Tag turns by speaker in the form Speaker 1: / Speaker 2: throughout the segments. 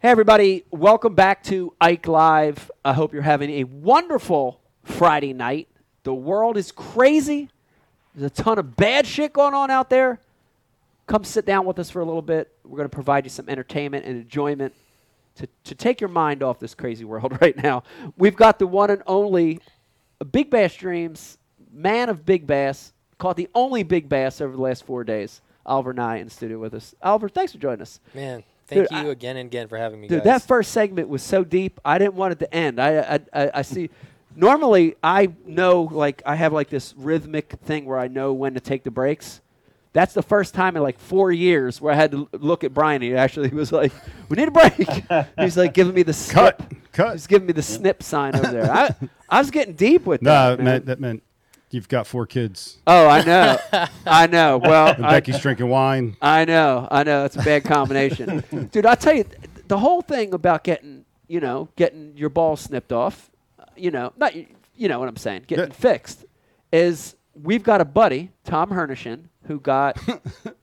Speaker 1: Hey, everybody. Welcome back to Ike Live. I hope you're having a wonderful Friday night. The world is crazy. There's a ton of bad shit going on out there. Come sit down with us for a little bit. We're going to provide you some entertainment and enjoyment to, to take your mind off this crazy world right now. We've got the one and only Big Bass Dreams, man of Big Bass, caught the only Big Bass over the last four days, Oliver Nye in the studio with us. Oliver, thanks for joining us.
Speaker 2: Man, thank
Speaker 1: Dude, I-
Speaker 2: you again and again for having me,
Speaker 1: Dude,
Speaker 2: guys.
Speaker 1: that first segment was so deep. I didn't want it to end. I, I, I, I see. Normally, I know like I have like this rhythmic thing where I know when to take the breaks. That's the first time in like four years where I had to l- look at Brian. He actually was like, "We need a break." He's like giving me the snip.
Speaker 3: Cut. Cut.
Speaker 1: He's giving me the snip sign over there. I, I was getting deep with
Speaker 3: No,
Speaker 1: that.
Speaker 3: it
Speaker 1: man.
Speaker 3: meant, that meant you've got four kids.
Speaker 1: oh, I know, I know. Well,
Speaker 3: And
Speaker 1: I,
Speaker 3: Becky's drinking wine.
Speaker 1: I know, I know. It's a bad combination, dude. I tell you, th- the whole thing about getting, you know, getting your ball snipped off, uh, you know, not, y- you know what I'm saying, getting
Speaker 3: Yeah.
Speaker 1: fixed, is we've got a buddy, Tom Hernishin, who got,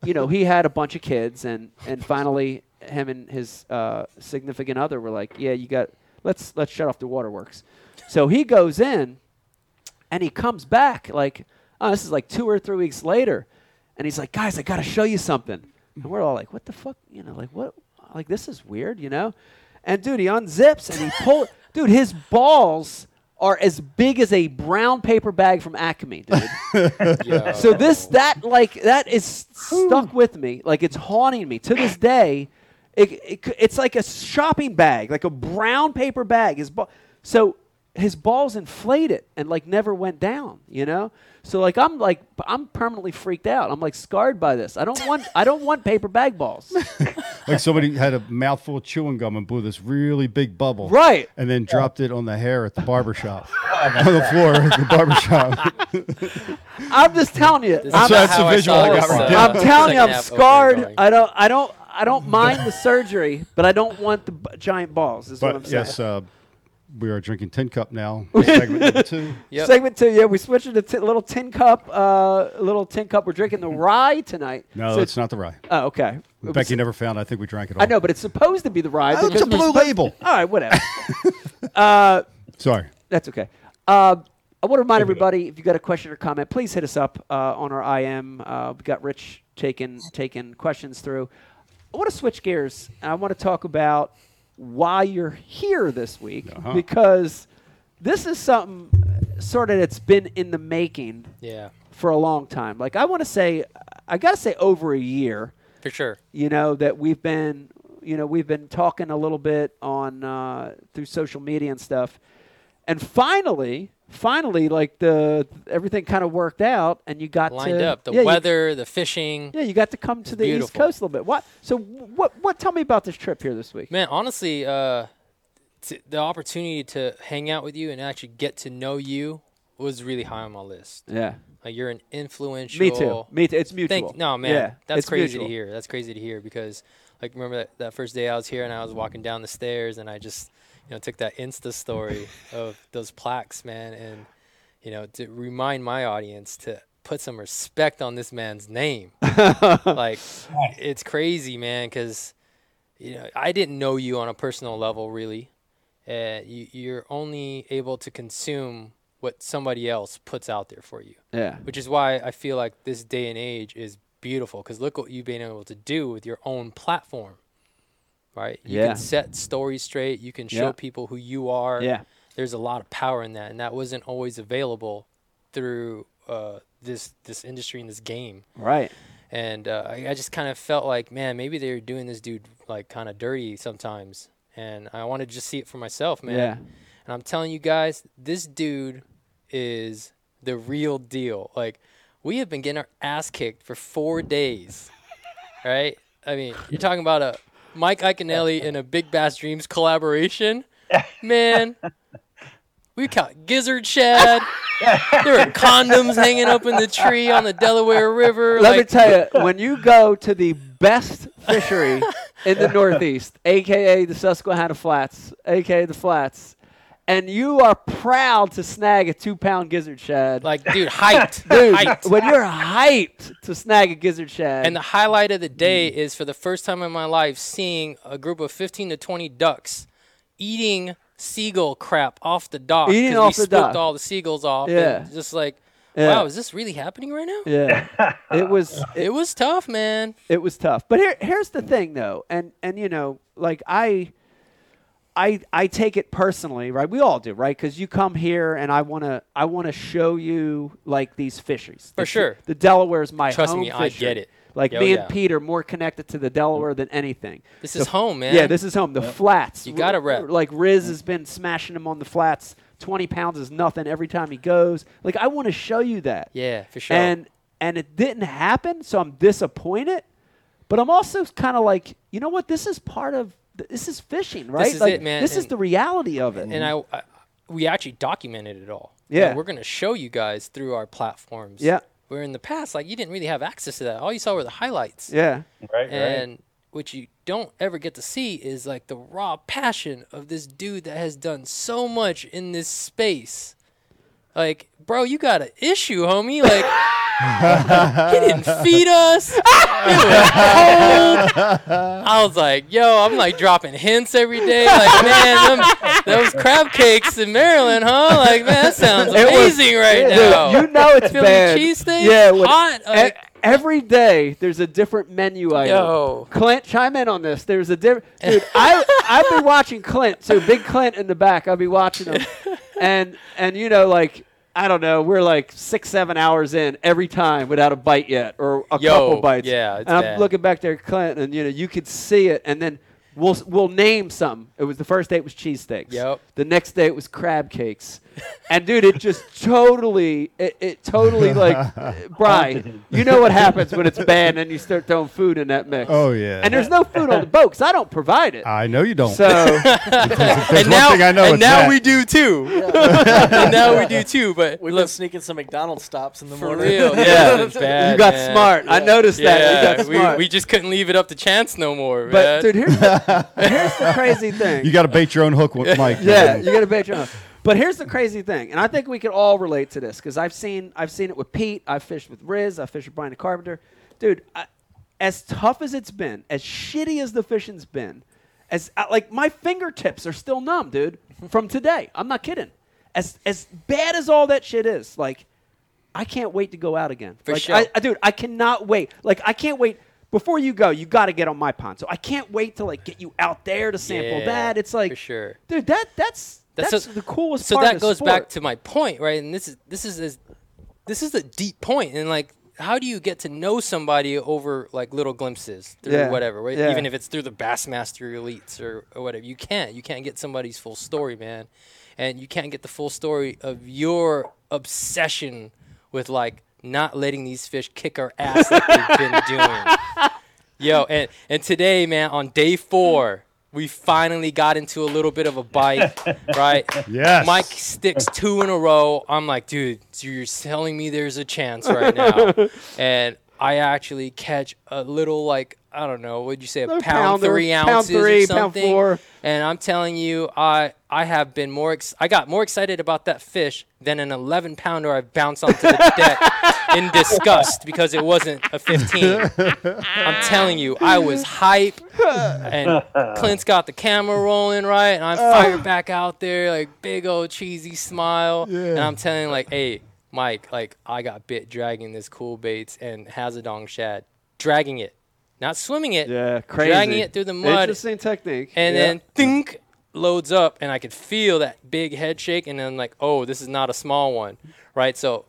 Speaker 1: you know, he had a bunch of kids, and and finally, him and his uh, significant other were like, yeah, you got, let's let's shut off the waterworks. So he goes in and he comes back like oh, this is like two or three weeks later and he's like guys i gotta show you something and we're all like what the fuck you know like what like this is weird you know and dude he unzips and he pull dude his balls are as big as a brown paper bag from acme dude
Speaker 2: Yo.
Speaker 1: so this that like that is stuck with me like it's haunting me to this day it, it, c- it's like a shopping bag like a brown paper bag his ball so his balls inflated and like never went down you know so like i'm like p- i'm permanently freaked out i'm like scarred by this i don't want i don't want paper bag balls
Speaker 3: Like somebody had a mouthful of chewing gum and blew this really big bubble.
Speaker 1: Right.
Speaker 3: And then dropped it on the hair at the barber shop. on the floor at the barber shop.
Speaker 1: i'm just telling you
Speaker 2: This is
Speaker 1: I'm,
Speaker 3: So that's
Speaker 2: how
Speaker 3: the
Speaker 2: I
Speaker 3: visual
Speaker 2: saw
Speaker 3: I got
Speaker 2: this,
Speaker 3: right
Speaker 2: uh,
Speaker 3: there.
Speaker 1: I'm telling you
Speaker 2: second
Speaker 1: i'm
Speaker 2: half opening
Speaker 1: scarred
Speaker 2: going.
Speaker 1: i don't i don't i don't mind the surgery but i don't want the b- giant balls is what i'm
Speaker 3: But
Speaker 1: saying
Speaker 3: yes, uh, we are drinking Tin Cup now. segment number two.
Speaker 2: Yep.
Speaker 1: Segment two, yeah, we switched it to t- little tin cup, uh, little tin cup. We're drinking the rye tonight.
Speaker 3: No,
Speaker 1: So-
Speaker 3: it's not the rye.
Speaker 1: Oh, okay. It was-
Speaker 3: Becky never found. I think we drank it all.
Speaker 1: I know, but it's supposed to be the rye.
Speaker 3: Oh, it's
Speaker 1: because
Speaker 3: a
Speaker 1: we're
Speaker 3: blue
Speaker 1: supposed-
Speaker 3: label.
Speaker 1: All right, whatever. Uh,
Speaker 3: Sorry.
Speaker 1: That's okay. Uh, I want to remind everybody if you got a question or comment, please hit us up uh, on our IM. Uh, we got Rich taking taking questions through. I want to switch gears and I want to talk about why you're here this week
Speaker 3: Uh-huh.
Speaker 1: because this is something uh, sort of that's been in the making
Speaker 2: yeah,
Speaker 1: for a long time. Like I want to say, I gotta say over a year.
Speaker 2: for sure.
Speaker 1: You know that we've been, you know, we've been talking a little bit on uh, through social media and stuff, and finally, finally, like the everything kind of worked out, and you got
Speaker 2: Lined
Speaker 1: to,
Speaker 2: up the
Speaker 1: yeah, you-
Speaker 2: weather, the fishing.
Speaker 1: yeah, you got to come to the East
Speaker 2: beautiful.
Speaker 1: Coast a little bit. What? So what? What? Tell me about this trip here this week.
Speaker 2: Man, honestly, uh, t- the opportunity to hang out with you and actually get to know you was really high on my list.
Speaker 1: Yeah.
Speaker 2: Like you're an influential.
Speaker 1: Me too. Me too. It's mutual.
Speaker 2: Thank, no, man,
Speaker 1: Yeah,
Speaker 2: that's
Speaker 1: it's
Speaker 2: crazy
Speaker 1: mutual.
Speaker 2: to hear. That's crazy to hear because, like, remember that, that first day I was here and I was walking down the stairs and I just, you know, took that Insta story of those plaques, man, and you know, to remind my audience to put some respect on this man's name. like, it's crazy, man, because you know I didn't know you on a personal level, really. Uh, you, you're only able to consume what somebody else puts out there for you
Speaker 1: Yeah.
Speaker 2: which is why I feel like this day and age is beautiful because look what you've been able to do with your own platform, right? You
Speaker 1: Yeah.
Speaker 2: can set stories straight. You can show
Speaker 1: Yeah.
Speaker 2: people who you are.
Speaker 1: Yeah.
Speaker 2: There's a lot of power in that, and that wasn't always available through uh, this this industry and this game.
Speaker 1: Right.
Speaker 2: And uh, I, I just kind of felt like, man, maybe they were doing this dude like kind of dirty sometimes, and I wanted to just see it for myself, man.
Speaker 1: Yeah.
Speaker 2: And I'm telling you guys, this dude is the real deal. Like, we have been getting our ass kicked for four days, right? I mean, you're talking about a Mike Iaconelli and a Big Bass Dreams collaboration, man. We caught gizzard shad. There were condoms hanging up in the tree on the Delaware River.
Speaker 1: Let me
Speaker 2: like,
Speaker 1: tell you, when you go to the best fishery in the Northeast, aka the Susquehanna Flats, aka the Flats, and you are proud to snag a two pound gizzard shad.
Speaker 2: Like, dude, hyped.
Speaker 1: Dude,
Speaker 2: hyped.
Speaker 1: when you're hyped to snag a gizzard Mm. shad,
Speaker 2: And the highlight of the day is for the first time in my life seeing a group of 15 to 20 ducks eating seagull crap off the dock.
Speaker 1: Eating
Speaker 2: 'cause we
Speaker 1: off the
Speaker 2: spooked
Speaker 1: dock.
Speaker 2: all the seagulls off.
Speaker 1: Yeah.
Speaker 2: And just like,
Speaker 1: Yeah.
Speaker 2: wow, is this really happening right now?
Speaker 1: yeah, it was
Speaker 2: It was tough, man.
Speaker 1: it was tough. But here, here's the thing, though, and and you know, like I, I, I take it personally, right? We all do, right? Because you come here, and I wanna, I wanna show you like these fisheries
Speaker 2: For
Speaker 1: The-
Speaker 2: sure.
Speaker 1: The Delaware is my
Speaker 2: Trust
Speaker 1: home
Speaker 2: me, I
Speaker 1: fishery.
Speaker 2: get it.
Speaker 1: Like
Speaker 2: Yo,
Speaker 1: me
Speaker 2: yeah.
Speaker 1: and Pete are more connected to the Delaware than anything.
Speaker 2: This
Speaker 1: The
Speaker 2: is home, man.
Speaker 1: Yeah, this is home. The flats.
Speaker 2: You gotta
Speaker 1: R-
Speaker 2: rep.
Speaker 1: Like Riz has been smashing him on the flats. Twenty pounds is nothing every time he goes. Like I want to show you that.
Speaker 2: Yeah, for sure.
Speaker 1: And and it didn't happen, so I'm disappointed. But I'm also kind of like, you know what? This is part of th- this is fishing, right?
Speaker 2: is
Speaker 1: like,
Speaker 2: it, man,
Speaker 1: This is
Speaker 2: and-
Speaker 1: the reality of it.
Speaker 2: and I, I we actually documented it all.
Speaker 1: Mm-hmm. Yeah.
Speaker 2: And we're gonna show you guys through our platforms.
Speaker 1: Yeah.
Speaker 2: Where in the past, like you didn't really have access to that. All you saw were the highlights.
Speaker 1: yeah.
Speaker 4: Right, right.
Speaker 2: And what you don't ever get to see is like the raw passion of this dude that has done so much in this space. Like, bro, you got an issue, homie. Like, he didn't feed us. It was cold. I was like, yo, I'm like dropping hints every day. Like, man, them, those crab cakes in Maryland, huh? Like, man, that sounds
Speaker 1: It was-
Speaker 2: amazing right
Speaker 1: Dude,
Speaker 2: now.
Speaker 1: you know it's
Speaker 2: Philly
Speaker 1: bad.
Speaker 2: cheesesteaks,
Speaker 1: Yeah, when-
Speaker 2: hot,
Speaker 1: e-
Speaker 2: like-
Speaker 1: every day there's a different menu item.
Speaker 2: Yo.
Speaker 1: Clint, chime in on this. There's a different dude. I I've been watching Clint, so big Clint in the back. I'll be watching him, and and you know like. I don't know. We're like six, seven hours in every time without a bite yet, or a
Speaker 2: Yo,
Speaker 1: couple bites.
Speaker 2: yeah, it's
Speaker 1: and I'm
Speaker 2: bad.
Speaker 1: looking back there, at Clint, and you know you could see it. And then we'll we'll name some. It was the first date was cheesesteaks.
Speaker 2: Yep.
Speaker 1: The next day it was crab cakes. and dude, it just totally, it, it totally like, Brian, you know what happens when it's bad and you start throwing food in that mix.
Speaker 3: Oh, yeah.
Speaker 1: And there's no food on the boat because I don't provide it.
Speaker 3: I know you don't.
Speaker 1: so
Speaker 3: There's
Speaker 2: and
Speaker 3: one
Speaker 2: now,
Speaker 3: thing I know,
Speaker 2: and
Speaker 3: it's
Speaker 2: now
Speaker 3: that.
Speaker 2: we do too. and now we do too. But
Speaker 5: We've been
Speaker 2: look,
Speaker 5: sneaking some McDonald's stops in the
Speaker 2: for
Speaker 5: morning.
Speaker 2: real,
Speaker 1: Yeah.
Speaker 2: yeah, it's bad,
Speaker 1: you got
Speaker 2: man.
Speaker 1: smart. I noticed that. You got
Speaker 2: we,
Speaker 1: smart.
Speaker 2: we just couldn't leave it up to chance no more.
Speaker 1: but
Speaker 2: man.
Speaker 1: dude, here's the, here's the crazy thing.
Speaker 3: you got to bait your own hook, with Mike.
Speaker 1: yeah, you got to bet your own. uh. But here's the crazy thing, and I think we can all relate to this because I've seen I've seen it with Pete. I've fished with Riz. I've fished with Brian the Carpenter. Dude, I, as tough as it's been, as shitty as the fishing's been, as I, like my fingertips are still numb, dude, from today. I'm not kidding. As as bad as all that shit is, like I can't wait to go out again.
Speaker 2: For
Speaker 1: Like,
Speaker 2: sure.
Speaker 1: I, I- dude, I cannot wait. Like I can't wait. Before you go, you got to get on my pond. So I can't wait to like get you out there to sample
Speaker 2: Yeah,
Speaker 1: that. It's like
Speaker 2: for sure.
Speaker 1: dude. That that's that's,
Speaker 2: That's so-
Speaker 1: the coolest.
Speaker 2: so
Speaker 1: part
Speaker 2: that
Speaker 1: of
Speaker 2: goes back
Speaker 1: sport.
Speaker 2: to my point, right? And this is this is this, this is a deep point, and like, how do you get to know somebody over like little glimpses through
Speaker 1: Yeah.
Speaker 2: whatever, right?
Speaker 1: Yeah.
Speaker 2: Even if it's through the Bassmaster elites or, or whatever, you can't. You can't get somebody's full story, man, and you can't get the full story of your obsession with like not letting these fish kick our ass like they've been doing. Yo, and, and today, man, on day four, we finally got into a little bit of a bite, right?
Speaker 3: Yes.
Speaker 2: Mike sticks two in a row. I'm like, dude, so you're telling me there's a chance right now. and I actually catch a little, like, I don't know, what'd you say, a
Speaker 1: Little
Speaker 2: pound
Speaker 1: pounder,
Speaker 2: three
Speaker 1: pound
Speaker 2: ounces
Speaker 1: three,
Speaker 2: or
Speaker 1: pound
Speaker 2: something.
Speaker 1: four.
Speaker 2: And I'm telling you, I I have been more ex- I got more excited about that fish than an 11 pounder I bounced onto the deck in disgust because it wasn't a 15. I'm telling you, I was hype, and Clint's got the camera rolling right, and
Speaker 1: Uh.
Speaker 2: I'm fired back out there like big old cheesy smile, and I'm telling like, hey, Mike, like I got bit dragging this cool baits and hazardong shad, dragging it, not swimming it,
Speaker 1: yeah, crazy.
Speaker 2: dragging it through the mud,
Speaker 1: Interesting technique.
Speaker 2: and
Speaker 1: Yeah.
Speaker 2: then think loads up and i could feel that big head shake and then like oh this is not a small one right so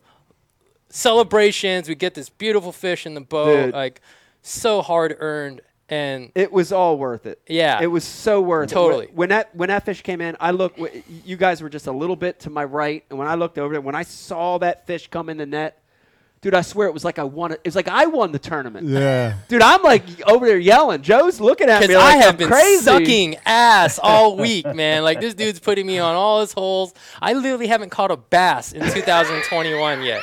Speaker 2: celebrations we get this beautiful fish in the boat
Speaker 1: Dude.
Speaker 2: like so hard earned and
Speaker 1: it was all worth it.
Speaker 2: Yeah.
Speaker 1: it was so worth
Speaker 2: Totally.
Speaker 1: it. When that when that fish came in, I looked. w- You guys were just a little bit to my right, and when I looked over there, when I saw that fish come in the net, dude, I swear it was like I won. It, it was like I won the tournament.
Speaker 3: Yeah.
Speaker 1: Dude, I'm like over there yelling. Joe's looking at me
Speaker 2: because
Speaker 1: like
Speaker 2: I have
Speaker 1: I'm
Speaker 2: been
Speaker 1: crazy.
Speaker 2: sucking ass all week, man. Like this dude's putting me on all his holes. I literally haven't caught a bass in 2021 yet.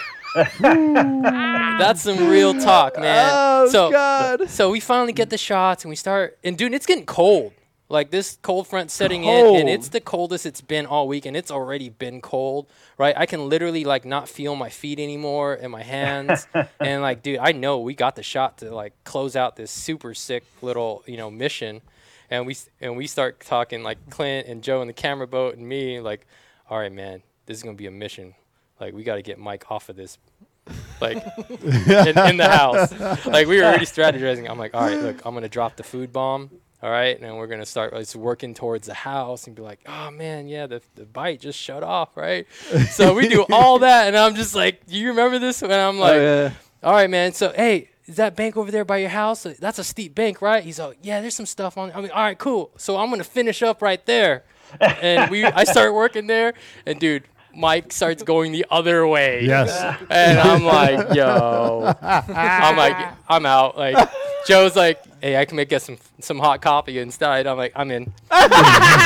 Speaker 2: That's some real talk, man.
Speaker 1: Oh
Speaker 2: so,
Speaker 1: God.
Speaker 2: so we finally get the shots and we start. And dude, it's getting cold. Like this cold front setting in,
Speaker 1: Cold.
Speaker 2: and it's the coldest it's been all week, and it's already been cold, right? I can literally like not feel my feet anymore and my hands, and like, dude, I know we got the shot to like close out this super sick little you know mission, and we s- and we start talking like Clint and Joe in the camera boat and me like, all right, man, this is gonna be a mission. Like we got to get Mike off of this, like in, in the house. Like we were already strategizing. I'm like, all right, look, I'm gonna drop the food bomb. All right, and we're gonna start like working towards the house and be like, oh man, yeah, the, the bite just shut off, right? So we do all that, and I'm just like, do you remember this? And I'm like,
Speaker 1: yeah.
Speaker 2: all right, man. So, hey, is that bank over there by your house? Uh, That's a steep bank, right? He's like, yeah, there's some stuff on. I mean, all right, cool. So I'm gonna finish up right there, and we, I start working there, and dude, Mike starts going the other way.
Speaker 3: Yes.
Speaker 2: And I'm like, yo, I'm like, I'm out. Like, Joe's like, hey, I can make us some some hot coffee instead. I'm like, I'm in.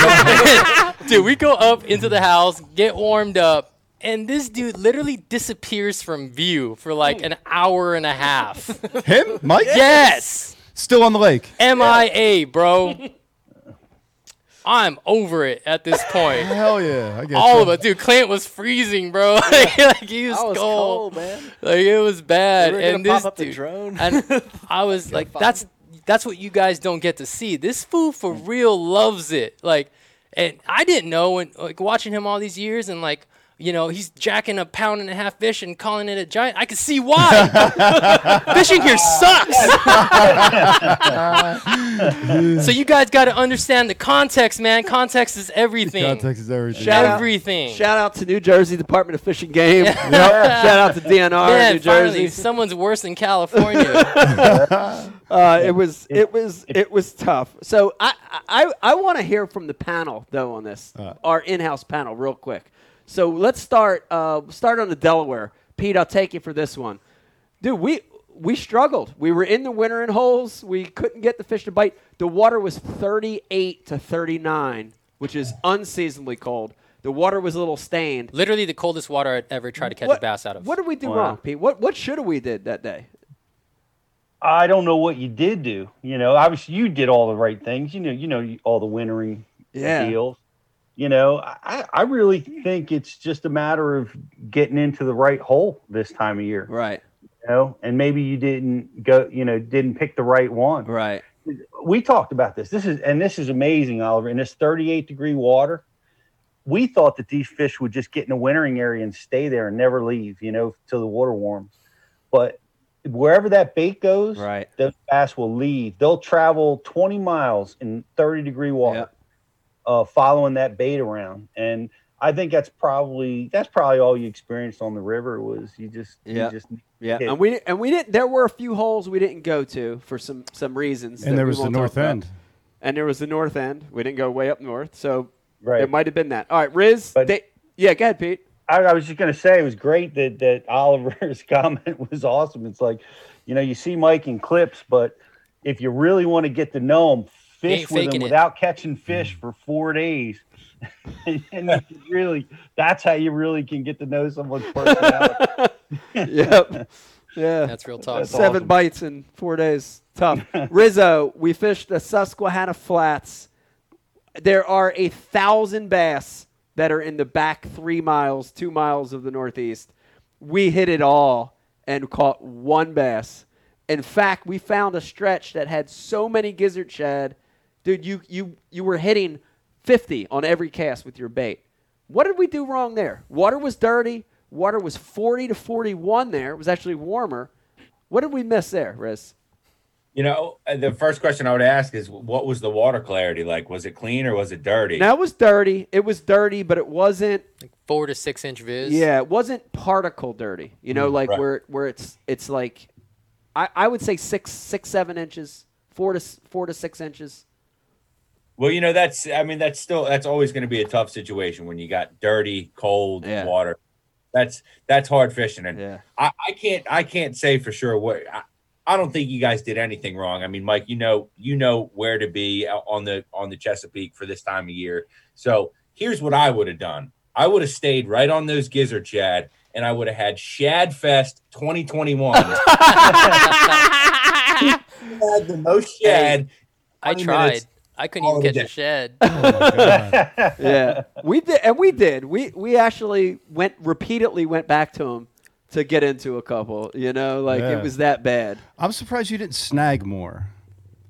Speaker 2: dude, we go up into the house, get warmed up, and this dude literally disappears from view for like an hour and a half.
Speaker 3: Him? Mike?
Speaker 2: yes,
Speaker 3: Still on the lake.
Speaker 2: MIA, bro. I'm over it at this point.
Speaker 3: Hell yeah. I get
Speaker 2: All
Speaker 3: you.
Speaker 2: of it, dude. Clint was freezing, bro. like, he was,
Speaker 4: I was
Speaker 2: cold.
Speaker 4: cold, man.
Speaker 2: Like it was bad.
Speaker 4: We were
Speaker 2: and
Speaker 4: gonna
Speaker 2: this
Speaker 4: pop up the
Speaker 2: dude-
Speaker 4: drone.
Speaker 2: and I was like, that's that's what you guys don't get to see. This fool for
Speaker 4: Mm.
Speaker 2: real loves it. Like, and I didn't know when like watching him all these years and like. You know, he's jacking a pound and a half fish and calling it a giant. I could see why. Fishing here sucks. so you guys got to understand the context, man. Context is everything.
Speaker 3: Context is everything.
Speaker 1: Shout out-
Speaker 2: everything.
Speaker 1: Shout out to New Jersey Department of Fish and Game. Shout out to DNR
Speaker 2: man,
Speaker 1: New Jersey.
Speaker 2: finally, someone's worse than California.
Speaker 1: Uh, it was it was it was tough. So I I, I want to hear from the panel though on this our in-house panel real quick. So let's start uh, start on the Delaware. Pete, I'll take you for this one, dude. We we struggled. We were in the winter in holes. We couldn't get the fish to bite. The water was 38 to 39, which is unseasonably cold. The water was a little stained.
Speaker 2: Literally the coldest water I'd ever tried to catch a bass out of.
Speaker 1: What did we do
Speaker 5: Wow.
Speaker 1: wrong, Pete? What what should have we did that day?
Speaker 5: I don't know what you did do. You know, obviously you did all the right things. You know, you know you- all the wintering
Speaker 1: Yeah.
Speaker 5: deals. You know, I, I really think it's just a matter of getting into the right hole this time of year.
Speaker 1: Right,
Speaker 5: You know, and maybe you didn't go. You know, didn't pick the right one.
Speaker 1: right.
Speaker 5: We talked about this. This is and this is amazing, Oliver. In this 38 degree water, we thought that these fish would just get in a wintering area and stay there and never leave. You know, till the water warms. But wherever that bait goes,
Speaker 1: Right.
Speaker 5: those bass will leave. They'll travel 20 miles in 30 degree water, uh, following that bait around. And I think that's probably that's probably all you experienced on the river was you just
Speaker 1: Yeah.
Speaker 5: you just
Speaker 1: Yeah,
Speaker 5: Yeah.
Speaker 1: and we and we didn't. There were a few holes we didn't go to for some some reasons. that
Speaker 3: And there
Speaker 1: we
Speaker 3: was the
Speaker 1: won't talk
Speaker 3: north
Speaker 1: about.
Speaker 3: end.
Speaker 1: And there was the north end. We didn't go way up north, so
Speaker 5: right.
Speaker 1: it might have been that. All right, Riz.
Speaker 5: But-
Speaker 1: they- yeah, go ahead, Pete.
Speaker 5: I, I was just gonna say it was great that that Oliver's comment was awesome. It's like, you know, you see Mike in clips, but if you really want to get to know him, fish
Speaker 2: ain't
Speaker 5: with him
Speaker 2: faking it.
Speaker 5: without catching fish for four days. and you can really, that's how you really can get to know someone's personality.
Speaker 1: yep. Yeah.
Speaker 2: That's real talk.
Speaker 5: That's
Speaker 1: Seven
Speaker 5: awesome.
Speaker 1: bites in four days. Tough. Rizzo, we fished the Susquehanna Flats. There are a thousand bass that are in the back three miles, two miles of the Northeast. We hit it all and caught one bass. In fact, we found a stretch that had so many gizzard shad. Dude, you, you, you were hitting 50 on every cast with your bait. What did we do wrong there? Water was dirty. Water was 40 to 41 there. It was actually warmer. What did we miss there, Riz?
Speaker 6: You know, uh, the first question I would ask is what was the water clarity like? Was it clean or was it dirty?
Speaker 1: Now it was dirty. It was dirty, but it wasn't.
Speaker 2: Four to six inch viz.
Speaker 1: Yeah, it wasn't particle dirty. You
Speaker 2: Mm-hmm.
Speaker 1: know, like
Speaker 6: right.
Speaker 1: where where it's it's like, I, I would say six six seven inches, four to s- four to six inches.
Speaker 6: Well, you know, that's I mean, that's still that's always going to be a tough situation when you got dirty, cold
Speaker 1: Yeah.
Speaker 6: water. That's that's hard fishing, and
Speaker 1: Yeah.
Speaker 6: I, I can't I can't say for sure what I, I don't think you guys did anything wrong. I mean, Mike, you know you know where to be out on the on the Chesapeake for this time of year. So here's what I would have done. I would have stayed right on those gizzard shad, and I would have had Shad Fest 2021. had the most shad.
Speaker 2: I
Speaker 6: 20
Speaker 2: tried.
Speaker 6: minutes
Speaker 2: I couldn't
Speaker 6: Oh,
Speaker 2: even catch
Speaker 6: yeah.
Speaker 2: a shed.
Speaker 3: Oh my God.
Speaker 1: yeah, we did, and we did. We we actually went repeatedly went back to him to get into a couple. You know, like
Speaker 3: Yeah.
Speaker 1: it was that bad.
Speaker 3: I'm surprised you didn't snag more.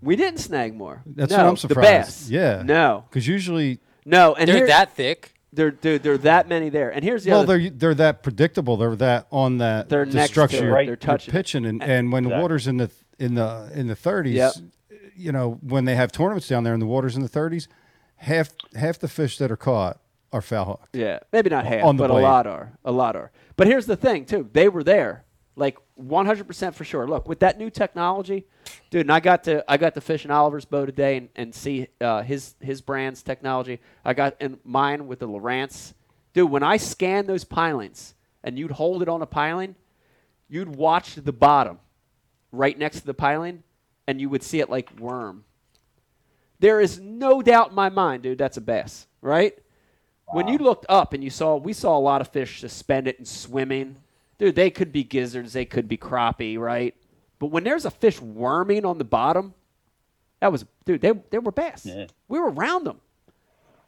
Speaker 1: We didn't snag more.
Speaker 3: That's
Speaker 1: no,
Speaker 3: what I'm
Speaker 1: The
Speaker 3: surprised.
Speaker 1: bass.
Speaker 3: Yeah.
Speaker 1: No.
Speaker 3: Because usually,
Speaker 1: No. And
Speaker 2: They're
Speaker 1: here-
Speaker 2: that thick.
Speaker 1: There, dude, there are that many there. And here's the
Speaker 3: well,
Speaker 1: other.
Speaker 3: they're they're that predictable. They're that on that
Speaker 1: They're
Speaker 3: the
Speaker 1: next to
Speaker 3: structure
Speaker 1: it.
Speaker 3: you're-
Speaker 5: Right.
Speaker 1: They're
Speaker 3: you're
Speaker 1: touching it.
Speaker 3: pitching, and, and when the
Speaker 5: Exactly.
Speaker 3: water's in the in the in the 30s,
Speaker 1: Yep.
Speaker 3: you know when they have tournaments down there and the water's in the 30s, half half the fish that are caught are foul hooked.
Speaker 1: yeah, maybe not half,
Speaker 3: on the
Speaker 1: but a
Speaker 3: blade.
Speaker 1: lot are. A lot are. But here's the thing, too. They were there, like 100% for sure. Look, with that new technology, dude, and I got to I got to fish in Oliver's bow today and, and see uh, his his brand's technology. I got in mine with the Lowrance. Dude, when I scan those pilings and you'd hold it on a piling, you'd watch the bottom right next to the piling and you would see it like worm. There is no doubt in my mind, dude, that's a bass, right? When you looked up and you saw, we saw a lot of fish suspended and swimming. Dude, they could be gizzards, they could be crappie, right? But when there's a fish worming on the bottom, that was, dude, they, they were bass.
Speaker 5: Yeah.
Speaker 1: We were around them.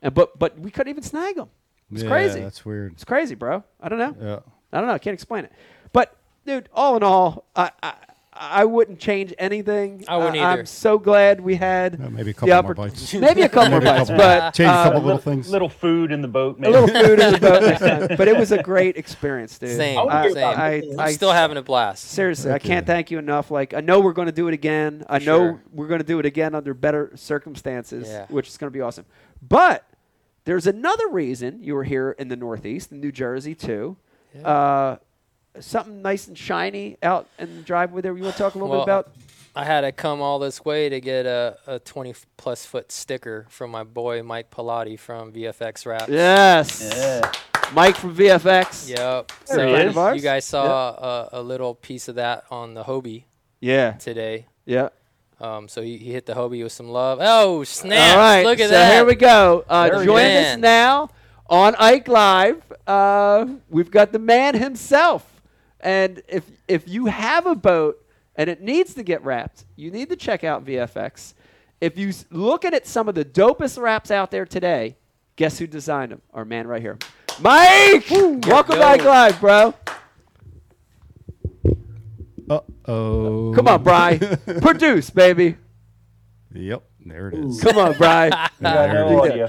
Speaker 1: And, but, but we couldn't even snag them. It's
Speaker 3: Yeah,
Speaker 1: crazy.
Speaker 3: That's weird.
Speaker 1: It's crazy, bro. I don't know.
Speaker 3: Yeah.
Speaker 1: I don't know. I can't explain it. But dude, all in all, I I, I wouldn't change anything.
Speaker 2: I wouldn't
Speaker 1: I'm
Speaker 2: either.
Speaker 1: so glad we had
Speaker 3: Yeah, maybe a
Speaker 1: the
Speaker 3: couple more
Speaker 1: oppor-
Speaker 3: bites.
Speaker 1: Maybe a couple more
Speaker 3: Maybe a
Speaker 1: bites,
Speaker 3: couple-
Speaker 1: but
Speaker 3: change
Speaker 1: uh,
Speaker 3: a couple
Speaker 5: little,
Speaker 3: little things.
Speaker 5: little food in the boat,
Speaker 1: a
Speaker 5: man.
Speaker 1: little food in the boat next time. But it was a great experience, dude.
Speaker 2: Same,
Speaker 1: I,
Speaker 2: same.
Speaker 1: I, I,
Speaker 2: I'm still having a blast.
Speaker 1: seriously, I
Speaker 3: Thank
Speaker 1: can't
Speaker 3: you.
Speaker 1: thank you enough. Like I know we're going to do it again. I know
Speaker 2: Sure.
Speaker 1: we're going to do it again under better circumstances,
Speaker 2: Yeah.
Speaker 1: which is going to be awesome. But there's another reason you were here in the Northeast, in New Jersey too. Uh, something nice and shiny out in the driveway there. You want to talk a little
Speaker 2: Well,
Speaker 1: bit about?
Speaker 2: I had to come all this way to get a, a 20 plus foot sticker from my boy Mike Pilati from VFX Rap.
Speaker 1: Yes,
Speaker 5: Yeah.
Speaker 1: Mike from VFX.
Speaker 2: Yep.
Speaker 5: There
Speaker 2: So
Speaker 5: he is.
Speaker 2: you guys saw a, a little piece of that on the Hobie
Speaker 1: yeah,
Speaker 2: today.
Speaker 1: yeah.
Speaker 2: Um, so he, he hit the Hobie with some love. Oh, snap.
Speaker 1: All right,
Speaker 2: Look at
Speaker 1: so
Speaker 2: that.
Speaker 1: here we go.
Speaker 2: There
Speaker 1: Uh,
Speaker 2: we
Speaker 1: join
Speaker 2: go.
Speaker 1: us now on Ike Live. Uh, we've got the man himself, and if if you have a boat and it needs to get wrapped, you need to check out VFX. If you s- looking at some of the dopest wraps out there today, guess who designed them? Our man right here, Mike. Welcome to
Speaker 2: Yo.
Speaker 1: Ike Live, bro.
Speaker 3: Uh oh.
Speaker 1: Come on, Bry. Produce, baby.
Speaker 3: Yep. There it is.
Speaker 1: Come on, Bry.
Speaker 5: You got no
Speaker 1: You did.
Speaker 5: audio.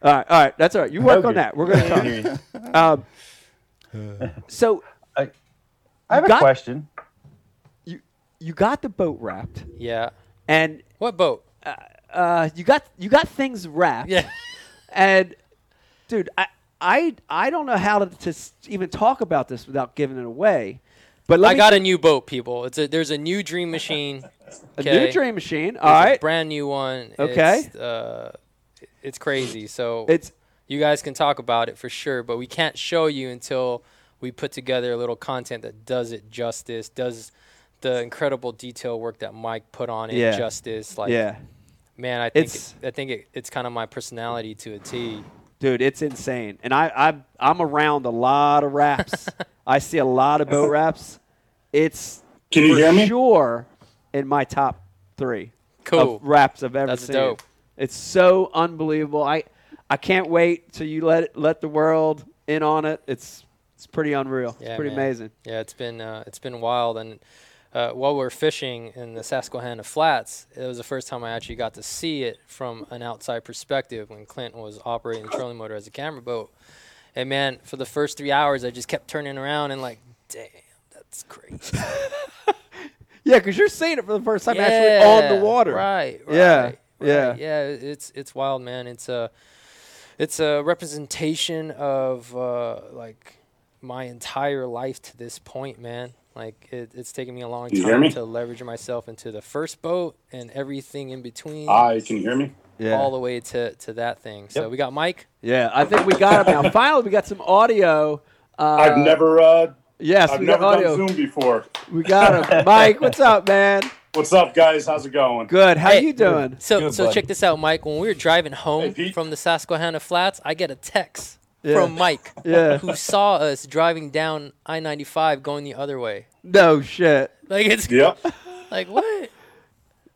Speaker 1: All right, all right. That's all right. You work
Speaker 5: No
Speaker 1: on
Speaker 5: good.
Speaker 1: that. We're gonna talk. Um, so
Speaker 5: I have
Speaker 1: You
Speaker 5: a
Speaker 1: got-
Speaker 5: question.
Speaker 1: you you got the boat wrapped
Speaker 2: Yeah.
Speaker 1: and
Speaker 2: What boat?
Speaker 1: uh, you got you got things wrapped
Speaker 2: Yeah.
Speaker 1: and dude I I I don't know how to, to s- even talk about this without giving it away but let
Speaker 2: I
Speaker 1: me-
Speaker 2: got a new boat, people. It's a, there's a new dream machine.
Speaker 1: a
Speaker 2: okay?
Speaker 1: new dream machine all
Speaker 2: There's a
Speaker 1: right
Speaker 2: brand new one.
Speaker 1: Okay.
Speaker 2: It's, uh, it's crazy. So
Speaker 1: it's
Speaker 2: you guys can talk about it for sure, but we can't show you until we put together a little content that does it justice, does the incredible detail work that Mike put on it
Speaker 1: Yeah.
Speaker 2: justice. Like,
Speaker 1: yeah
Speaker 2: man, I think
Speaker 1: It's-
Speaker 2: it, I think it, it's kind of my personality to a T.
Speaker 1: dude it's insane and I I'm, I'm around a lot of raps I see a lot of boat raps it's
Speaker 6: Can you
Speaker 1: for
Speaker 6: hear me?
Speaker 1: sure in my top three
Speaker 2: Cool.
Speaker 1: of raps I've ever
Speaker 2: That's
Speaker 1: seen.
Speaker 2: dope.
Speaker 1: It's so unbelievable. I I can't wait till you let it, let the world in on it. It's it's pretty unreal. it's
Speaker 2: Yeah,
Speaker 1: pretty
Speaker 2: man.
Speaker 1: amazing.
Speaker 2: Yeah, it's been uh, it's been wild. And uh, while we were fishing in the Susquehanna Flats, it was the first time I actually got to see it from an outside perspective when Clint was operating the trolling motor as a camera boat. And man, for the first three hours, I just kept turning around and like, damn, that's crazy.
Speaker 1: Yeah, because you're seeing it for the first time actually on
Speaker 2: Yeah,
Speaker 1: the water.
Speaker 2: Right. right,
Speaker 1: Yeah,
Speaker 2: right.
Speaker 1: yeah.
Speaker 2: Yeah. It's it's wild, man. It's a it's a representation of uh, like my entire life to this point, man. Like it, it's taken me a long
Speaker 4: You hear me?
Speaker 2: time to leverage myself into the first boat and everything in between,
Speaker 4: Hi, can you hear me?
Speaker 1: Yeah.
Speaker 2: all the way to to that thing. So we got Mike.
Speaker 1: yeah. I think we got it now. Finally, we got some audio. Uh,
Speaker 4: I've never, uh,
Speaker 1: Yes,
Speaker 4: I've
Speaker 1: we got
Speaker 4: never done
Speaker 1: audio.
Speaker 4: Zoom before.
Speaker 1: We got him. Mike, what's up, man?
Speaker 4: What's up, guys? How's it going?
Speaker 1: Good. How
Speaker 2: Hey.
Speaker 1: you doing?
Speaker 2: So
Speaker 6: Good,
Speaker 2: so
Speaker 6: buddy.
Speaker 2: check this out, Mike. When we were driving home
Speaker 4: Pete.
Speaker 2: from the Susquehanna Flats, I get a text
Speaker 1: Yeah.
Speaker 2: from Mike,
Speaker 1: Yeah.
Speaker 2: who saw us driving down I ninety five going the other way.
Speaker 1: No shit.
Speaker 2: Like it's
Speaker 4: Yep.
Speaker 2: like what?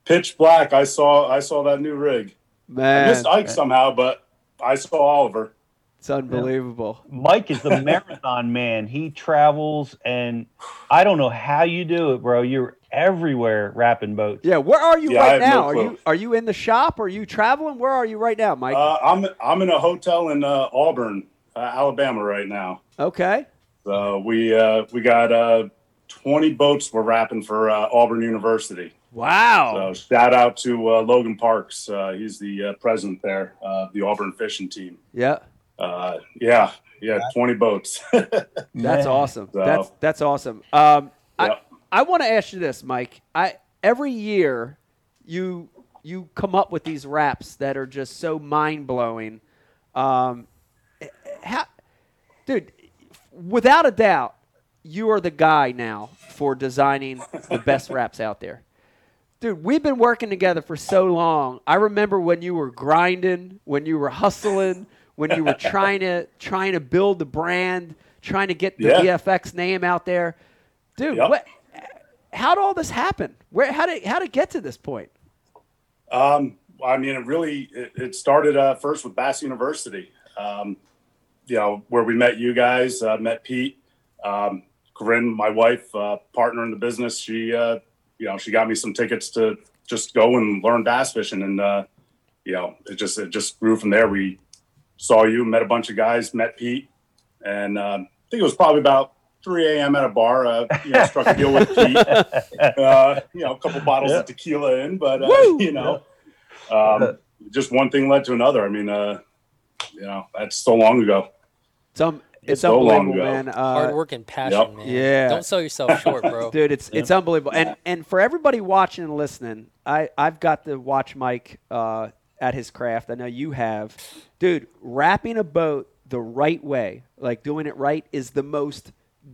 Speaker 4: Pitch black. I saw. I saw that new rig. I
Speaker 1: Man,
Speaker 4: missed Ike somehow, but I saw Oliver.
Speaker 1: it's unbelievable.
Speaker 5: Mike is the marathon man. He travels, and I don't know how you do it, bro. You're everywhere wrapping boats.
Speaker 1: Yeah, where are you
Speaker 4: Yeah, I
Speaker 1: right
Speaker 4: have no
Speaker 1: now? are
Speaker 4: clue.
Speaker 1: you are you in the shop? Are you traveling? Where are you right now, Mike?
Speaker 4: Uh, I'm I'm in a hotel in uh, Auburn, uh, Alabama right now.
Speaker 1: okay.
Speaker 4: So we uh, we got uh, 20 boats we're wrapping for uh, Auburn University.
Speaker 1: Wow.
Speaker 4: So shout out to uh, Logan Parks. Uh, he's the uh, president there, uh, the Auburn fishing team.
Speaker 1: yeah.
Speaker 4: Uh, yeah, yeah, 20 boats.
Speaker 1: That's
Speaker 5: Man.
Speaker 1: awesome.
Speaker 4: So-
Speaker 1: That's that's awesome. Um, I
Speaker 4: Yep.
Speaker 1: I want to ask you this, Mike. I every year you you come up with these raps that are just so mind blowing. Um, h- how, dude, without a doubt, you are the guy now for designing the best raps out there. Dude, we've been working together for so long. I remember when you were grinding, when you were hustling, when you were trying to trying to build the brand, trying to get the
Speaker 4: Yeah.
Speaker 1: VFX name out there. Dude,
Speaker 4: Yep.
Speaker 1: what how'd all this happen? Where how did how did it get to this point?
Speaker 4: Um, I mean, it really it, it started uh, first with Bass University. Um, you know where we met you guys, uh, met Pete, um, Corinne, my wife, uh, partner in the business. She, uh, you know, she got me some tickets to just go and learn bass fishing, and uh, you know, it just it just grew from there. We saw you, met a bunch of guys, met Pete, and um, I think it was probably about 3 a.m. at a bar. Uh, you know, struck a deal with Pete. Uh, you know, a couple bottles
Speaker 5: Yeah.
Speaker 4: of tequila in, but uh,
Speaker 1: Woo!
Speaker 4: you know, um, just one thing led to another. I mean, uh, you know, that's so long ago.
Speaker 1: It's um it's
Speaker 4: so long
Speaker 1: unbelievable,
Speaker 4: ago.
Speaker 1: man. Uh,
Speaker 2: Hard work and passion,
Speaker 4: yep.
Speaker 2: man.
Speaker 1: Yeah.
Speaker 2: Don't sell yourself short, bro.
Speaker 1: dude it's it's unbelievable and and for everybody watching and listening i i've got to watch mike uh at his craft i know you have dude wrapping a boat the right way like doing it right is the most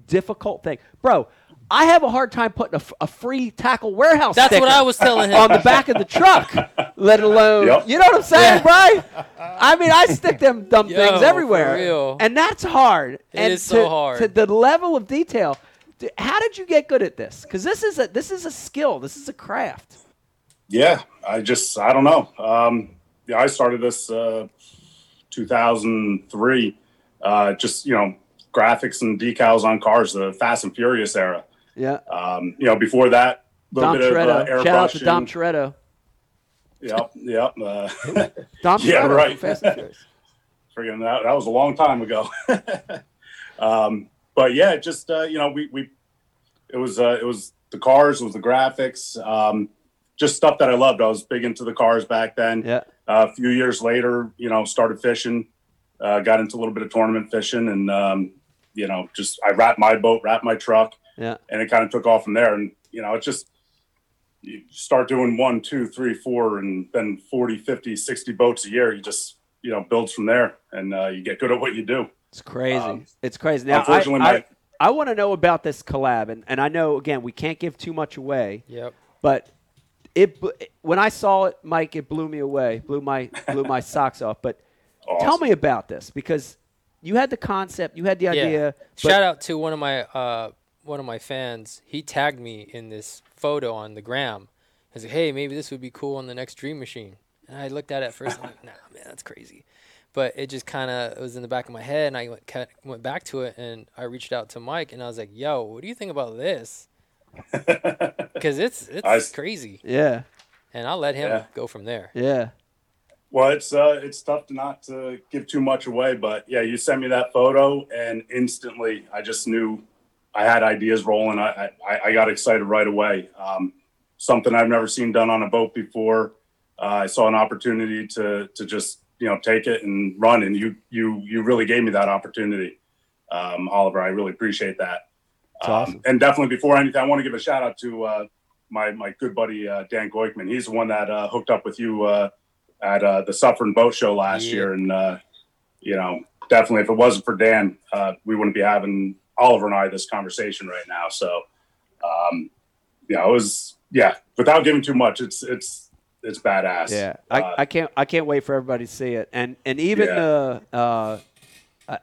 Speaker 1: difficult thing bro i have a hard time putting a, f- a free tackle warehouse
Speaker 2: That's
Speaker 1: sticker
Speaker 2: what I was telling him.
Speaker 1: on the back of the truck let alone
Speaker 4: Yep.
Speaker 1: you know what i'm saying bro i mean i stick them dumb
Speaker 2: Yo,
Speaker 1: things
Speaker 2: for
Speaker 1: everywhere
Speaker 2: real.
Speaker 1: and that's hard
Speaker 2: It
Speaker 1: and
Speaker 2: is
Speaker 1: to,
Speaker 2: so hard.
Speaker 1: to the level of detail. d- How did you get good at this? Because this is a this is a skill. This is a craft.
Speaker 4: Yeah, I just I don't know. Um, yeah, I started this uh, 2003. Uh, just you know, graphics and decals on cars, the Fast and Furious era.
Speaker 1: Yeah,
Speaker 4: Um, you know, before that, a little
Speaker 1: Dom
Speaker 4: bit of
Speaker 1: Toretto.
Speaker 4: uh, airbrushing.
Speaker 1: Shout out to Dom Toretto.
Speaker 4: Yep, yep. Uh,
Speaker 1: Dom
Speaker 4: Yeah,
Speaker 1: Toretto.
Speaker 4: right.
Speaker 1: Fast and Furious.
Speaker 4: friggin' that, that was a long time ago. um, but yeah, it just uh, you know, we we it was uh, it was the cars, it was the graphics, um, just stuff that I loved. I was big into the cars back then.
Speaker 1: Yeah,
Speaker 4: Uh, a few years later, you know, started fishing, uh, got into a little bit of tournament fishing, and um, you know, just I wrapped my boat, wrapped my truck,
Speaker 1: Yeah.
Speaker 4: and it kind of took off from there. And you know, it's just you start doing one, two, three, four, and then 40, 50, 60 boats a year. You just you know builds from there, and uh, you get good at what you do.
Speaker 1: it's crazy.
Speaker 4: Um,
Speaker 1: it's crazy. Now, I,
Speaker 4: unfortunately,
Speaker 1: I,
Speaker 4: my-
Speaker 1: I want to know about this collab, and, and I know again we can't give too much away,
Speaker 2: Yep.
Speaker 1: but it bl- when I saw it, Mike, it blew me away. bleblew my blew my socks off. But tell
Speaker 4: Awesome.
Speaker 1: me about this because you had the concept, you had the idea. but-
Speaker 2: Shout out to one of my uh, one of my fans. He tagged me in this photo on the gram. I was like, "Hey, maybe this would be cool on the next Dream Machine." And I looked at it at first. I'm like, "Nah, man, that's crazy." But it just kind of was in the back of my head, and I went ca- went back to it, and I reached out to Mike, and I was like, "Yo, what do you think about this?" Because it's it's
Speaker 4: I s-
Speaker 2: crazy,
Speaker 1: Yeah,
Speaker 2: and I'll let him
Speaker 4: Yeah.
Speaker 2: go from there.
Speaker 1: yeah.
Speaker 4: Well, it's uh, it's tough to not to give too much away, but yeah, you sent me that photo, and instantly I just knew I had ideas rolling. I I, I got excited right away. Um, something I've never seen done on a boat before. Uh, I saw an opportunity to to just you know take it and run, and you you you really gave me that opportunity, um, Oliver. I really appreciate that.
Speaker 1: It's
Speaker 4: Um,
Speaker 1: awesome.
Speaker 4: and definitely before anything, I want to give a shout out to uh, my my good buddy uh, Dan Goikman. He's the one that uh, hooked up with you uh, at uh, the Suffering Boat Show last
Speaker 2: Yeah.
Speaker 4: year, and uh, you know definitely if it wasn't for Dan, uh, we wouldn't be having Oliver and I this conversation right now. So, um, yeah, it was yeah. Without giving too much, it's it's it's badass.
Speaker 1: Yeah,
Speaker 4: Uh,
Speaker 1: I, I can't I can't wait for everybody to see it, and and even the uh, uh,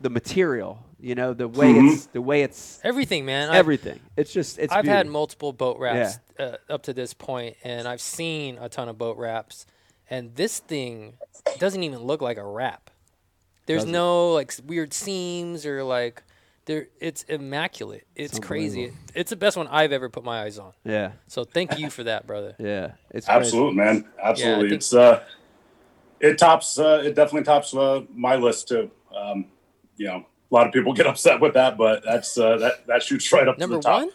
Speaker 1: the material, you know, the way
Speaker 4: Mm-hmm.
Speaker 1: it's the way it's
Speaker 2: Everything, man. I-
Speaker 1: everything. It's just it's.
Speaker 2: I've had
Speaker 1: beauty.
Speaker 2: multiple boat wraps uh, up to this point, and I've seen a ton of boat wraps, and this thing doesn't even look like a wrap. There's
Speaker 1: Doesn't.
Speaker 2: no like s- weird seams or like there. It's immaculate. It's, crazy.
Speaker 1: unbelievable.
Speaker 2: It- it's the best one I've ever put my eyes on.
Speaker 1: Yeah,
Speaker 2: So thank you for that, brother.
Speaker 1: yeah. It's crazy.
Speaker 4: Absolutely, man. Absolutely.
Speaker 2: think-
Speaker 4: it's uh it tops uh it definitely tops uh my list too. Um you know, a lot of people get upset with that, but that's uh that that shoots right up
Speaker 2: Number
Speaker 4: to the top.
Speaker 2: one.